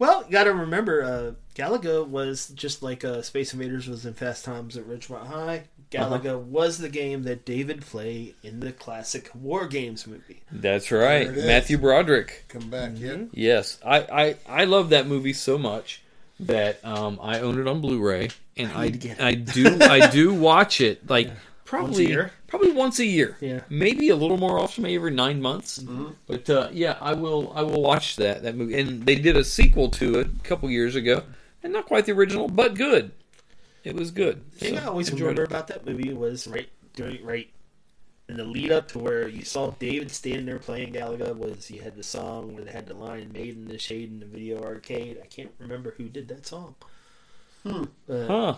Speaker 8: Well, you got to remember, uh, Galaga was just like uh, Space Invaders was in Fast Times at Ridgemont High. Galaga
Speaker 6: Uh-huh.
Speaker 8: was the game that David played in the classic War Games movie.
Speaker 6: That's right,
Speaker 8: There it is.
Speaker 6: Matthew Broderick.
Speaker 7: Come back, yeah.
Speaker 6: Yes, I, I, I love that movie so much that um, I own it on Blu-ray, and
Speaker 8: I
Speaker 6: I,
Speaker 8: need to
Speaker 6: I,
Speaker 8: get it.
Speaker 6: do I do watch it like probably
Speaker 8: year?
Speaker 6: probably once a year,
Speaker 8: Yeah. Mm-hmm.
Speaker 6: maybe a little more often, maybe every nine months. But uh, yeah, I will I will watch that that movie, and they did a sequel to it a couple years ago, and not quite the original, but good. It was good.
Speaker 8: The thing
Speaker 6: So,
Speaker 8: I always
Speaker 6: enjoyed
Speaker 8: remember
Speaker 6: it.
Speaker 8: about that movie was right during right in the lead up to where you saw David standing there playing Galaga was you had the song where they had the line "Made in the Shade" in the video arcade. I can't remember who did that song.
Speaker 6: Hmm.
Speaker 8: But,
Speaker 6: Huh.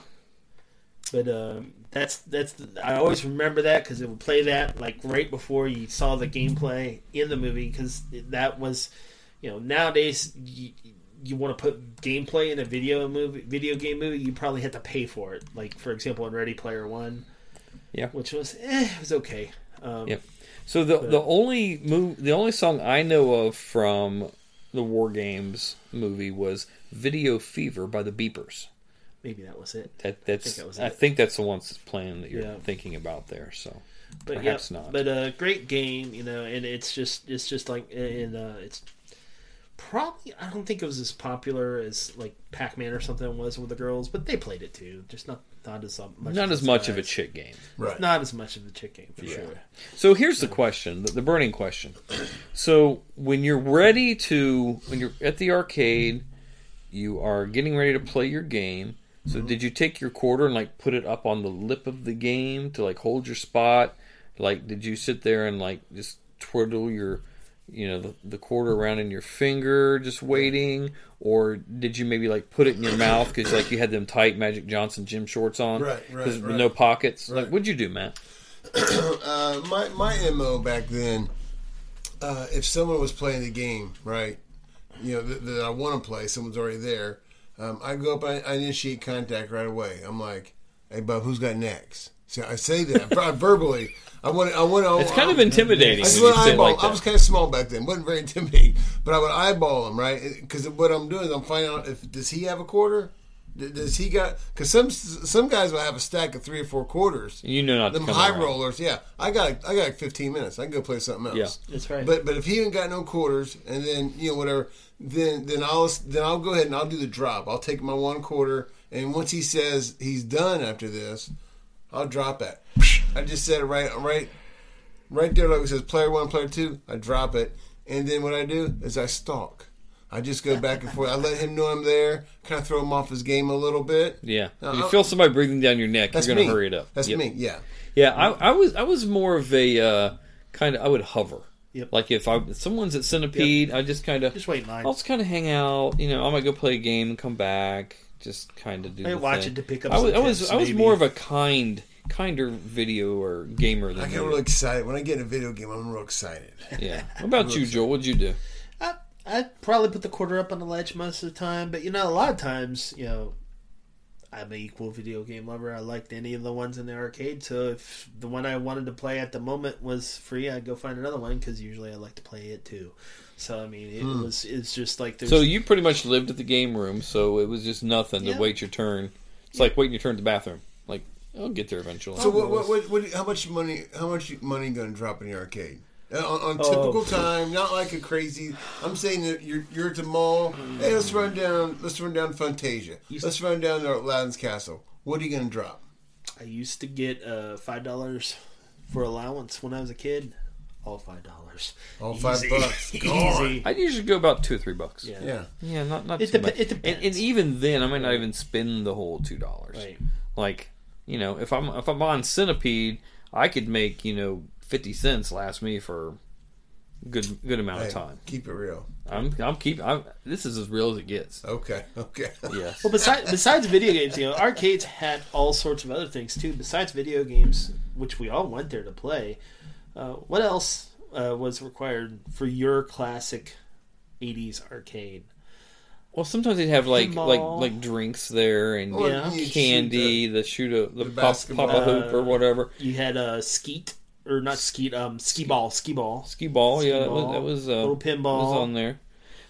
Speaker 8: But um, that's that's the, I always remember that because it would play that like right before you saw the gameplay in the movie because that was you know nowadays you, you want to put gameplay in a video movie video game movie you probably had to pay for it like for example in Ready Player One
Speaker 6: Yeah.
Speaker 8: which was eh, it was okay um,
Speaker 6: Yep. So the
Speaker 8: But-
Speaker 6: the only move, the only song I know of from the War Games movie was "Video Fever" by the Beepers.
Speaker 8: maybe that was it
Speaker 6: That that's I think,
Speaker 8: that was it.
Speaker 6: that's the one that's playing that you're
Speaker 8: Yeah.
Speaker 6: thinking about there. So
Speaker 8: but
Speaker 6: perhaps
Speaker 8: yeah,
Speaker 6: not.
Speaker 8: But a great game, you know, and it's just it's just like and uh, it's probably I don't think it was as popular as like Pac Man or something was with the girls, but they played it too. Just not not as uh, much
Speaker 6: not
Speaker 8: as
Speaker 6: as
Speaker 8: those
Speaker 6: much of a
Speaker 8: guys.
Speaker 6: chick game.
Speaker 8: It's Not as much of a chick game for
Speaker 6: Yeah.
Speaker 8: sure.
Speaker 6: So here's the question, the, the burning question. So when you're ready to, when you're at the arcade, you are getting ready to play your game. So
Speaker 7: Mm-hmm.
Speaker 6: did you take your quarter and like put it up on the lip of the game to like hold your spot? Like did you sit there and like just twiddle your, you know, the, the quarter around in your finger, just waiting? Or did you maybe like put it in your mouth because like you had them tight Magic Johnson gym shorts on,
Speaker 7: Right, right,
Speaker 6: 'Cause with
Speaker 7: right.
Speaker 6: no pockets? Like what'd you do, Matt?
Speaker 7: uh, my my mo back then, uh, if someone was playing the game, right, you know th- that I want to play, someone's already there. Um, I go up, I, I initiate contact right away. I'm like, "Hey, bub, who's got next?" So I say that I verbally. I want. I want.
Speaker 6: It's kind of intimidating
Speaker 7: I, just
Speaker 6: when you
Speaker 7: wanna
Speaker 6: say it
Speaker 7: eyeball-
Speaker 6: like that.
Speaker 7: I was kind of small back then, wasn't very intimidating, but I would eyeball him, right? Because what I'm doing is I'm finding out if does he have a quarter. D- Does he got? Because some some guys will have a stack of three or four quarters.
Speaker 6: You know not to
Speaker 7: them
Speaker 6: come
Speaker 7: high
Speaker 6: around.
Speaker 7: rollers. Yeah, I got I got like 15 minutes. I can go play something else.
Speaker 6: Yeah.
Speaker 8: That's right.
Speaker 7: But but if he ain't got no quarters, and then you know whatever, then then I'll then I'll go ahead and I'll do the drop. I'll take my one quarter, and once he says he's done after this, I'll drop it. I just said it right right right there. Like it says player one, player two. I drop it, and then what I do is I stalk. I just go back and forth. I let him know I'm there. Kind of throw him off his game a little bit.
Speaker 6: Yeah.
Speaker 7: No,
Speaker 6: if you
Speaker 7: I-
Speaker 6: feel somebody breathing down your neck, you're
Speaker 7: That's
Speaker 6: going to
Speaker 7: me.
Speaker 6: hurry it up.
Speaker 7: That's me, yeah.
Speaker 6: Yeah, I, I was I was more of a uh, kind of I would hover.
Speaker 8: Yep.
Speaker 6: Like if I if someone's at Centipede, I just kind of
Speaker 8: Just wait in line.
Speaker 6: I'll just kind of hang out. You know, I might go play a game and come back. Just kind of do.
Speaker 8: I
Speaker 6: the
Speaker 8: watch
Speaker 6: thing.
Speaker 8: it to pick up
Speaker 6: I was
Speaker 8: some
Speaker 6: I was,
Speaker 8: tips,
Speaker 6: I was
Speaker 8: maybe.
Speaker 6: more of a kind kinder video or gamer than
Speaker 7: I get
Speaker 6: you.
Speaker 7: real excited when I get in a video game. I'm real excited.
Speaker 6: Yeah. What about you, Joel? What'd you do?
Speaker 8: I probably put the quarter up on the ledge most of the time, but you know, a lot of times, you know, I'm an equal video game lover. I liked any of the ones in the arcade, so if the one I wanted to play at the moment was free, I'd go find another one because usually I like to play it too. So I mean, it
Speaker 6: Hmm.
Speaker 8: was it's just like there's
Speaker 6: So you pretty much lived at the game room, so it was just nothing
Speaker 8: Yeah.
Speaker 6: to wait your turn. It's like waiting your turn at the bathroom. Like I'll get there eventually.
Speaker 7: So what, what, what, what? How much money? How much money going to drop in the arcade? Uh, On, on
Speaker 6: Oh.
Speaker 7: typical time, not like a crazy. I'm saying that you're you're at the mall. Hey, let's run down. Let's run down Fantasia. Let's run down to Aladdin's Castle. What are you going to drop?
Speaker 8: I used to get uh, five dollars for allowance when I was a kid. all five dollars.
Speaker 7: All five bucks. Gone.
Speaker 6: I'd usually go about two or three bucks.
Speaker 8: Yeah.
Speaker 7: Yeah.
Speaker 6: Yeah, not, not
Speaker 8: It
Speaker 6: too
Speaker 8: depe-
Speaker 6: much.
Speaker 8: it
Speaker 6: And, and even then, I might not even spend the whole two dollars.
Speaker 8: Right.
Speaker 6: Like, you know, if I'm if I'm on Centipede, I could make you know fifty cents last me for a good good amount
Speaker 7: Hey,
Speaker 6: of time.
Speaker 7: Keep it real.
Speaker 6: I'm I'm keep I'm this is as real as it gets.
Speaker 7: Okay. Okay.
Speaker 6: Yes.
Speaker 8: Well, besides besides video games, you know, arcades had all sorts of other things too. Besides video games, which we all went there to play, uh, what else uh, was required for your classic '80s arcade?
Speaker 6: Well, sometimes they'd have like like
Speaker 8: Pinball.
Speaker 6: like drinks there and
Speaker 8: Or Yeah. you'd shoot
Speaker 6: candy, the shoot a the, pop,
Speaker 8: basketball.
Speaker 6: pop a hoop or whatever.
Speaker 8: You had a uh, skeet or not skeet, um, ski ball, ski ball,
Speaker 6: ski ball. yeah, that was,
Speaker 8: ball,
Speaker 6: that was uh,
Speaker 8: little
Speaker 6: that
Speaker 8: pinball.
Speaker 6: was on there.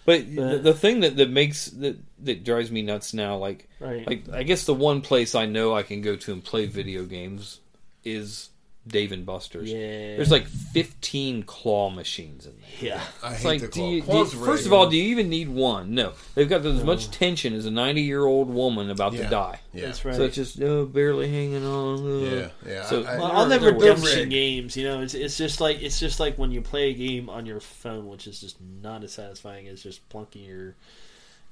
Speaker 6: But the, the thing that, that makes that that drives me nuts now, like
Speaker 8: Right.
Speaker 6: like I guess the one place I know I can go to and play video games is Dave and Buster's.
Speaker 8: Yeah.
Speaker 6: There's like 15 claw machines in there.
Speaker 8: Yeah.
Speaker 7: uh, I
Speaker 6: it's
Speaker 7: hate
Speaker 6: like
Speaker 7: the
Speaker 6: do you, do
Speaker 7: claw-
Speaker 6: you-
Speaker 7: claw's
Speaker 6: first of
Speaker 7: right.
Speaker 6: all, do you even need one? No, they've got as much tension as a 90 year old woman about
Speaker 7: Yeah.
Speaker 6: to die.
Speaker 7: Yeah. That's
Speaker 8: right.
Speaker 6: So it's just oh, barely hanging on. uh.
Speaker 7: Yeah, yeah,
Speaker 6: So
Speaker 8: Well,
Speaker 7: I- They're-
Speaker 8: all the
Speaker 7: they're
Speaker 8: redemption
Speaker 7: rigged.
Speaker 8: games, you know, it's, it's just like it's just like when you play a game on your phone, which is just not as satisfying as just plunking your,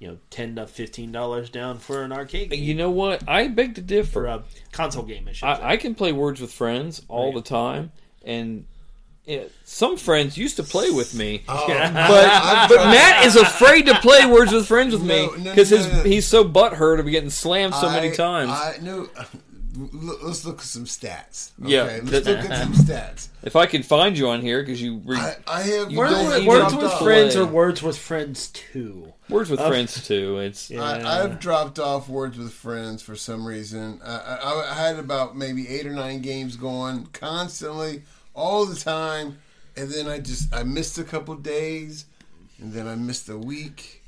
Speaker 8: you know, ten to fifteen dollars down for an arcade game
Speaker 6: you know what? I beg to differ.
Speaker 8: for a console game. I should say.
Speaker 6: I, I can play Words with Friends all the time, and it, some friends used to play with me.
Speaker 7: I'm
Speaker 6: But, but
Speaker 7: trying-
Speaker 6: Matt is afraid to play Words with Friends with me
Speaker 7: No, no,
Speaker 6: because
Speaker 7: no,
Speaker 6: his
Speaker 7: no, no.
Speaker 6: he's so butthurt of getting slammed so many
Speaker 7: I-
Speaker 6: times.
Speaker 7: I no. l- Let's look at some stats. Okay?
Speaker 6: Yeah.
Speaker 7: Let's look at some stats.
Speaker 6: if I can find you on here because you, re-
Speaker 7: I, I have.
Speaker 6: You
Speaker 7: I
Speaker 8: Words
Speaker 6: don't
Speaker 7: have
Speaker 8: with,
Speaker 6: even
Speaker 8: Words
Speaker 7: dropped
Speaker 8: with
Speaker 7: off.
Speaker 8: Friends or Words with Friends Two.
Speaker 6: Words with
Speaker 8: Uh,
Speaker 6: Friends too. It's
Speaker 7: I, I've dropped off Words with Friends for some reason. I, I, I had about maybe eight or nine games going constantly, all the time, and then I just I missed a couple days, and then I missed a week,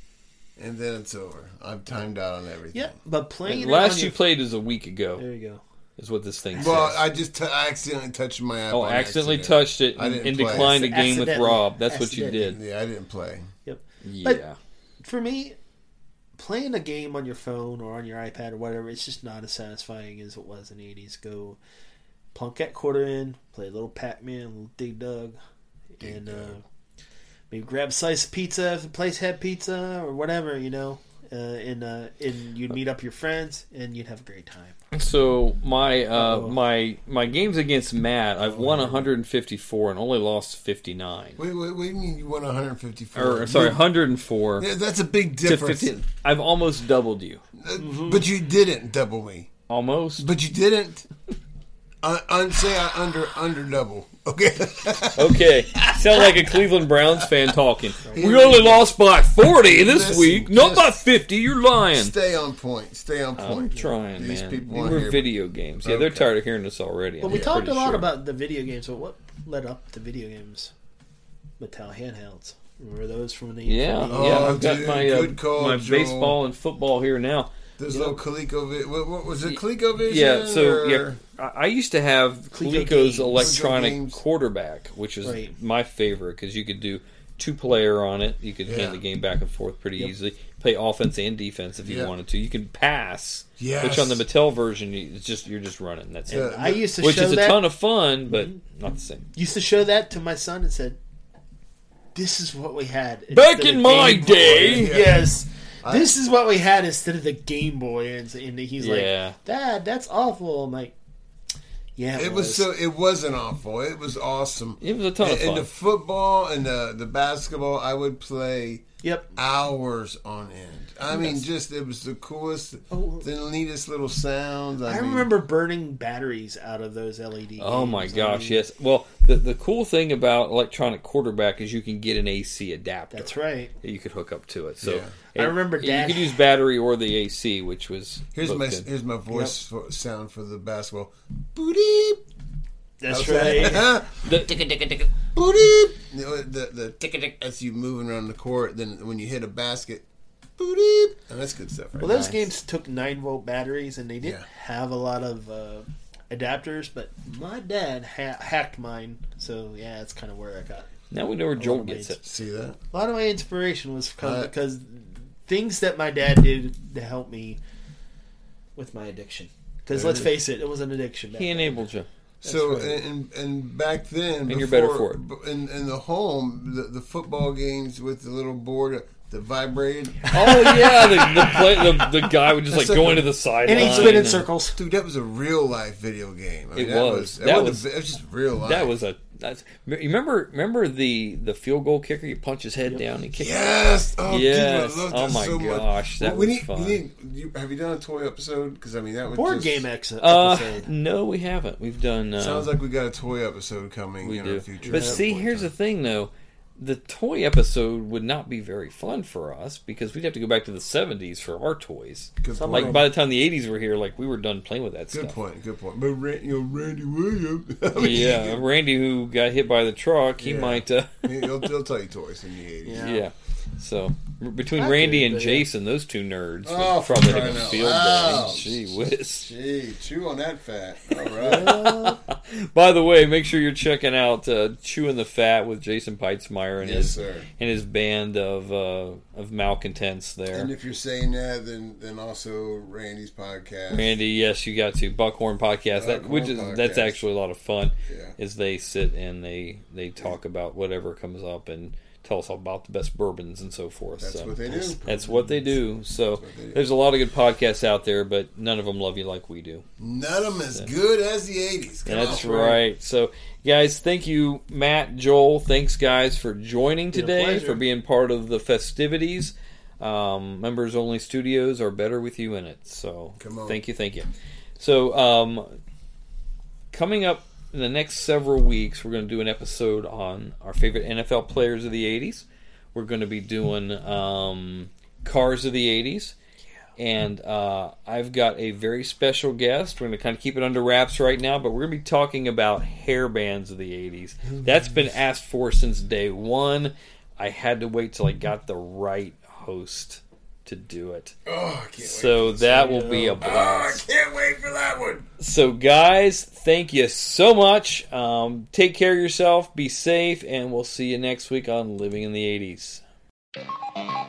Speaker 7: and then it's over. I've timed out on everything.
Speaker 8: Yeah, but playing it on
Speaker 6: last
Speaker 8: your-
Speaker 6: you played is a week ago.
Speaker 8: There you go.
Speaker 6: Is what this thing
Speaker 7: Well,
Speaker 6: says.
Speaker 7: I just t- I accidentally touched my app.
Speaker 6: oh,
Speaker 7: on
Speaker 6: accidentally
Speaker 7: accident.
Speaker 6: touched it
Speaker 7: I
Speaker 6: and,
Speaker 7: didn't
Speaker 6: and
Speaker 7: play.
Speaker 6: declined a game with
Speaker 8: Accidentally.
Speaker 6: Rob. That's what you did.
Speaker 8: Accidentally.
Speaker 7: Yeah, I didn't play.
Speaker 8: Yep.
Speaker 6: Yeah.
Speaker 8: But- For me, playing a game on your phone or on your iPad or whatever, it's just not as satisfying as it was in the eighties. Go plunk that quarter in, play a little Pac Man, a little Dig Dug, and uh, maybe grab a slice of pizza if the place had pizza or whatever, you know. Uh, and uh, and you'd meet up your friends and you'd have a great time.
Speaker 6: So my uh, my my games against Matt,
Speaker 7: Oh,
Speaker 6: I've won 154 and only lost 59.
Speaker 7: Wait, wait, wait! You mean you won 154?
Speaker 6: Or sorry, 104.
Speaker 7: Yeah, that's a big
Speaker 6: to
Speaker 7: difference. Uh,
Speaker 6: 15. I've almost doubled you.
Speaker 7: But you didn't double me.
Speaker 6: Almost.
Speaker 7: But you didn't. I, I say I under under double. Okay.
Speaker 6: Okay, sound like a Cleveland Browns fan talking. We only lost by 40 this
Speaker 7: Listen,
Speaker 6: week, not
Speaker 7: just-
Speaker 6: by 50. You're lying.
Speaker 7: Stay on point. Stay on
Speaker 6: I'm
Speaker 7: point.
Speaker 6: trying,
Speaker 7: These
Speaker 6: man.
Speaker 7: people
Speaker 6: You
Speaker 7: want
Speaker 6: were
Speaker 7: to hear-
Speaker 6: video games. Yeah, they're
Speaker 7: Okay. Oh,
Speaker 6: tired of hearing this already.
Speaker 8: Well,
Speaker 6: I'm
Speaker 8: we talked
Speaker 6: pretty
Speaker 8: a lot
Speaker 6: sure.
Speaker 8: about the video games, but what led up to video games? Mattel handhelds. Remember those from the
Speaker 6: Yeah,
Speaker 8: from the-
Speaker 7: Oh,
Speaker 6: yeah. I've got
Speaker 7: dude,
Speaker 6: my uh,
Speaker 7: good call,
Speaker 6: my
Speaker 7: Joel.
Speaker 6: baseball and football here now.
Speaker 7: There's little ColecoVision. What, what was it? ColecoVision?
Speaker 6: Yeah, so
Speaker 7: or-
Speaker 6: yeah, I I used to have
Speaker 8: Coleco
Speaker 6: Coleco's
Speaker 8: games.
Speaker 6: electronic
Speaker 7: Coleco games.
Speaker 6: quarterback, which is
Speaker 8: Right.
Speaker 6: my favorite because you could do two player on it. You could
Speaker 7: Yeah.
Speaker 6: hand the game back and forth pretty easily. Play offense and defense if you
Speaker 7: Yeah.
Speaker 6: wanted to. You can pass,
Speaker 7: Yes.
Speaker 6: which on the Mattel version, you, it's just you're just running. That's
Speaker 7: Yeah,
Speaker 6: it.
Speaker 8: I used to
Speaker 6: Which
Speaker 8: show
Speaker 6: is a
Speaker 8: that
Speaker 6: ton of fun, but not the same.
Speaker 8: used to show that to my son and said, "This is what we had
Speaker 6: Back
Speaker 8: instead
Speaker 6: in
Speaker 8: of
Speaker 6: my
Speaker 8: Game Boy."
Speaker 6: day.
Speaker 7: Yeah.
Speaker 8: Yes, this is what we had instead of the Game Boy." And, and he's
Speaker 6: Yeah.
Speaker 8: like, "Dad, that's awful." I'm like, "Yeah,
Speaker 7: It was so. It wasn't awful. It was awesome.
Speaker 6: It was a ton of
Speaker 7: And- And
Speaker 6: fun.
Speaker 7: the football and the the basketball, I would play
Speaker 8: Yep,
Speaker 7: hours on end. I mean, just it was the coolest,
Speaker 8: Oh.
Speaker 7: the neatest little sounds. I,
Speaker 8: I
Speaker 7: mean,
Speaker 8: remember burning batteries out of those LED.
Speaker 6: Oh my
Speaker 8: games. I
Speaker 6: gosh,
Speaker 8: mean,
Speaker 6: yes. Well, the the cool thing about electronic quarterback is you can get an AC adapter.
Speaker 8: that's right."
Speaker 6: that you could hook up to it. So
Speaker 7: Yeah.
Speaker 6: it-
Speaker 8: I remember
Speaker 6: it-
Speaker 8: Dad-
Speaker 6: you could use battery or the AC, which was
Speaker 7: Here's
Speaker 6: both
Speaker 7: my
Speaker 6: good.
Speaker 7: here's my voice for, sound for the basketball. Booty,
Speaker 8: That's right.
Speaker 7: right.
Speaker 6: The-
Speaker 7: booty. The the, the tick tick as you moving around the court. Then when you hit a basket, booty. And that's good stuff. Right
Speaker 8: Well, those games took nine volt batteries, and they didn't
Speaker 7: Yeah.
Speaker 8: have a lot of uh, adapters. But my dad ha- hacked mine, so yeah, that's kind of where I got.
Speaker 6: now we know where Joel
Speaker 8: of
Speaker 6: gets it.
Speaker 7: See that?
Speaker 8: A lot of my inspiration was because,
Speaker 7: Uh,
Speaker 8: because things that my dad did to help me with my addiction. Because
Speaker 7: There
Speaker 8: let's
Speaker 7: it
Speaker 8: face it, it was an addiction. Back
Speaker 6: He
Speaker 8: then.
Speaker 6: enabled you.
Speaker 7: So and, and back then,
Speaker 6: And you're better for it.
Speaker 7: b- In, in the home, the, the football games with the little board uh, that vibrated.
Speaker 6: Oh yeah, the the, play, the the guy would just like go into the side
Speaker 7: Dude, that was a real life video game. I mean,
Speaker 6: it
Speaker 7: that
Speaker 6: was.
Speaker 7: was,
Speaker 6: that
Speaker 7: wasn't
Speaker 6: was,
Speaker 7: a- it was just real life.
Speaker 6: That was a. That's, you remember remember the the field goal kicker? You punch his head down and kick.
Speaker 7: Yes. Oh, dude,
Speaker 6: yes.
Speaker 7: I love
Speaker 6: oh
Speaker 7: that
Speaker 6: my
Speaker 7: so much.
Speaker 6: gosh, that
Speaker 7: we
Speaker 6: was
Speaker 7: need,
Speaker 6: fun.
Speaker 7: We need, you, have you done a toy episode? Because I mean, that was
Speaker 8: Board
Speaker 7: just,
Speaker 8: game ex-
Speaker 6: Uh, no, we haven't. We've done. Uh,
Speaker 7: Sounds like we got a toy episode coming
Speaker 6: we
Speaker 7: in
Speaker 6: do.
Speaker 7: our future.
Speaker 6: But see, here's the thing, though. The toy episode would not be very fun for us because we'd have to go back to the '70s for our toys.
Speaker 7: Good point.
Speaker 6: Like by the time the '80s were here, like we were done playing with that
Speaker 7: good
Speaker 6: stuff.
Speaker 7: point. Good point. But Ra- you know, Randy Williams. I mean,
Speaker 6: Yeah, Randy, who got hit by the truck, he
Speaker 7: Yeah.
Speaker 6: might. Uh,
Speaker 7: He'll, he'll tell you toys in the eighties.
Speaker 6: Yeah. So r- between
Speaker 7: I
Speaker 6: Randy
Speaker 7: do,
Speaker 6: and
Speaker 7: but yeah.
Speaker 6: Jason, those two nerds would
Speaker 7: Oh,
Speaker 6: probably
Speaker 7: I
Speaker 6: hit a
Speaker 7: know.
Speaker 6: field goal.
Speaker 7: Wow.
Speaker 6: Gee whiz.
Speaker 7: Gee, chew on that fat. All right.
Speaker 6: By the way, make sure you're checking out uh, "Chewing the Fat" with Jason Peitzmeyer and
Speaker 7: Yes,
Speaker 6: his
Speaker 7: sir.
Speaker 6: and his band of uh, of malcontents there.
Speaker 7: and if you're saying that, then then also Randy's podcast.
Speaker 6: Randy, yes, you got to Buckhorn podcast. that
Speaker 7: Buckhorn
Speaker 6: which is that's
Speaker 7: Podcast.
Speaker 6: actually a lot of fun.
Speaker 7: Yeah.
Speaker 6: Is they sit and they they talk about whatever comes up and tell us about the best bourbons and so forth.
Speaker 7: That's
Speaker 6: so
Speaker 7: what they do.
Speaker 6: That's what they do. So there's a lot of good podcasts out there, but none of them love you like we do.
Speaker 7: None of them as good as the eighties.
Speaker 6: That's right. So, guys, thank you, Matt, Joel. Thanks, guys, for joining
Speaker 7: Been a
Speaker 6: today,
Speaker 7: pleasure.
Speaker 6: for being part of the festivities. Um, members only studios are better with you in it. So,
Speaker 7: Come on.
Speaker 6: thank you, thank you. So, um, coming up in the next several weeks, we're going to do an episode on our favorite NFL players of the 80s. We're going to be doing um, cars of the 80s. And uh, I've got a very special guest. We're going to kind of keep it under wraps right now, but we're going to be talking about hair bands of the 80s. That's been asked for since day one. I had to wait till I got the right host to do it.
Speaker 7: Oh, I can't
Speaker 6: so that will be a
Speaker 7: Oh, I
Speaker 6: blast.
Speaker 7: can't wait for that one.
Speaker 6: So, guys, thank you so much. Um, take care of yourself, be safe, and we'll see you next week on Living in the 80s.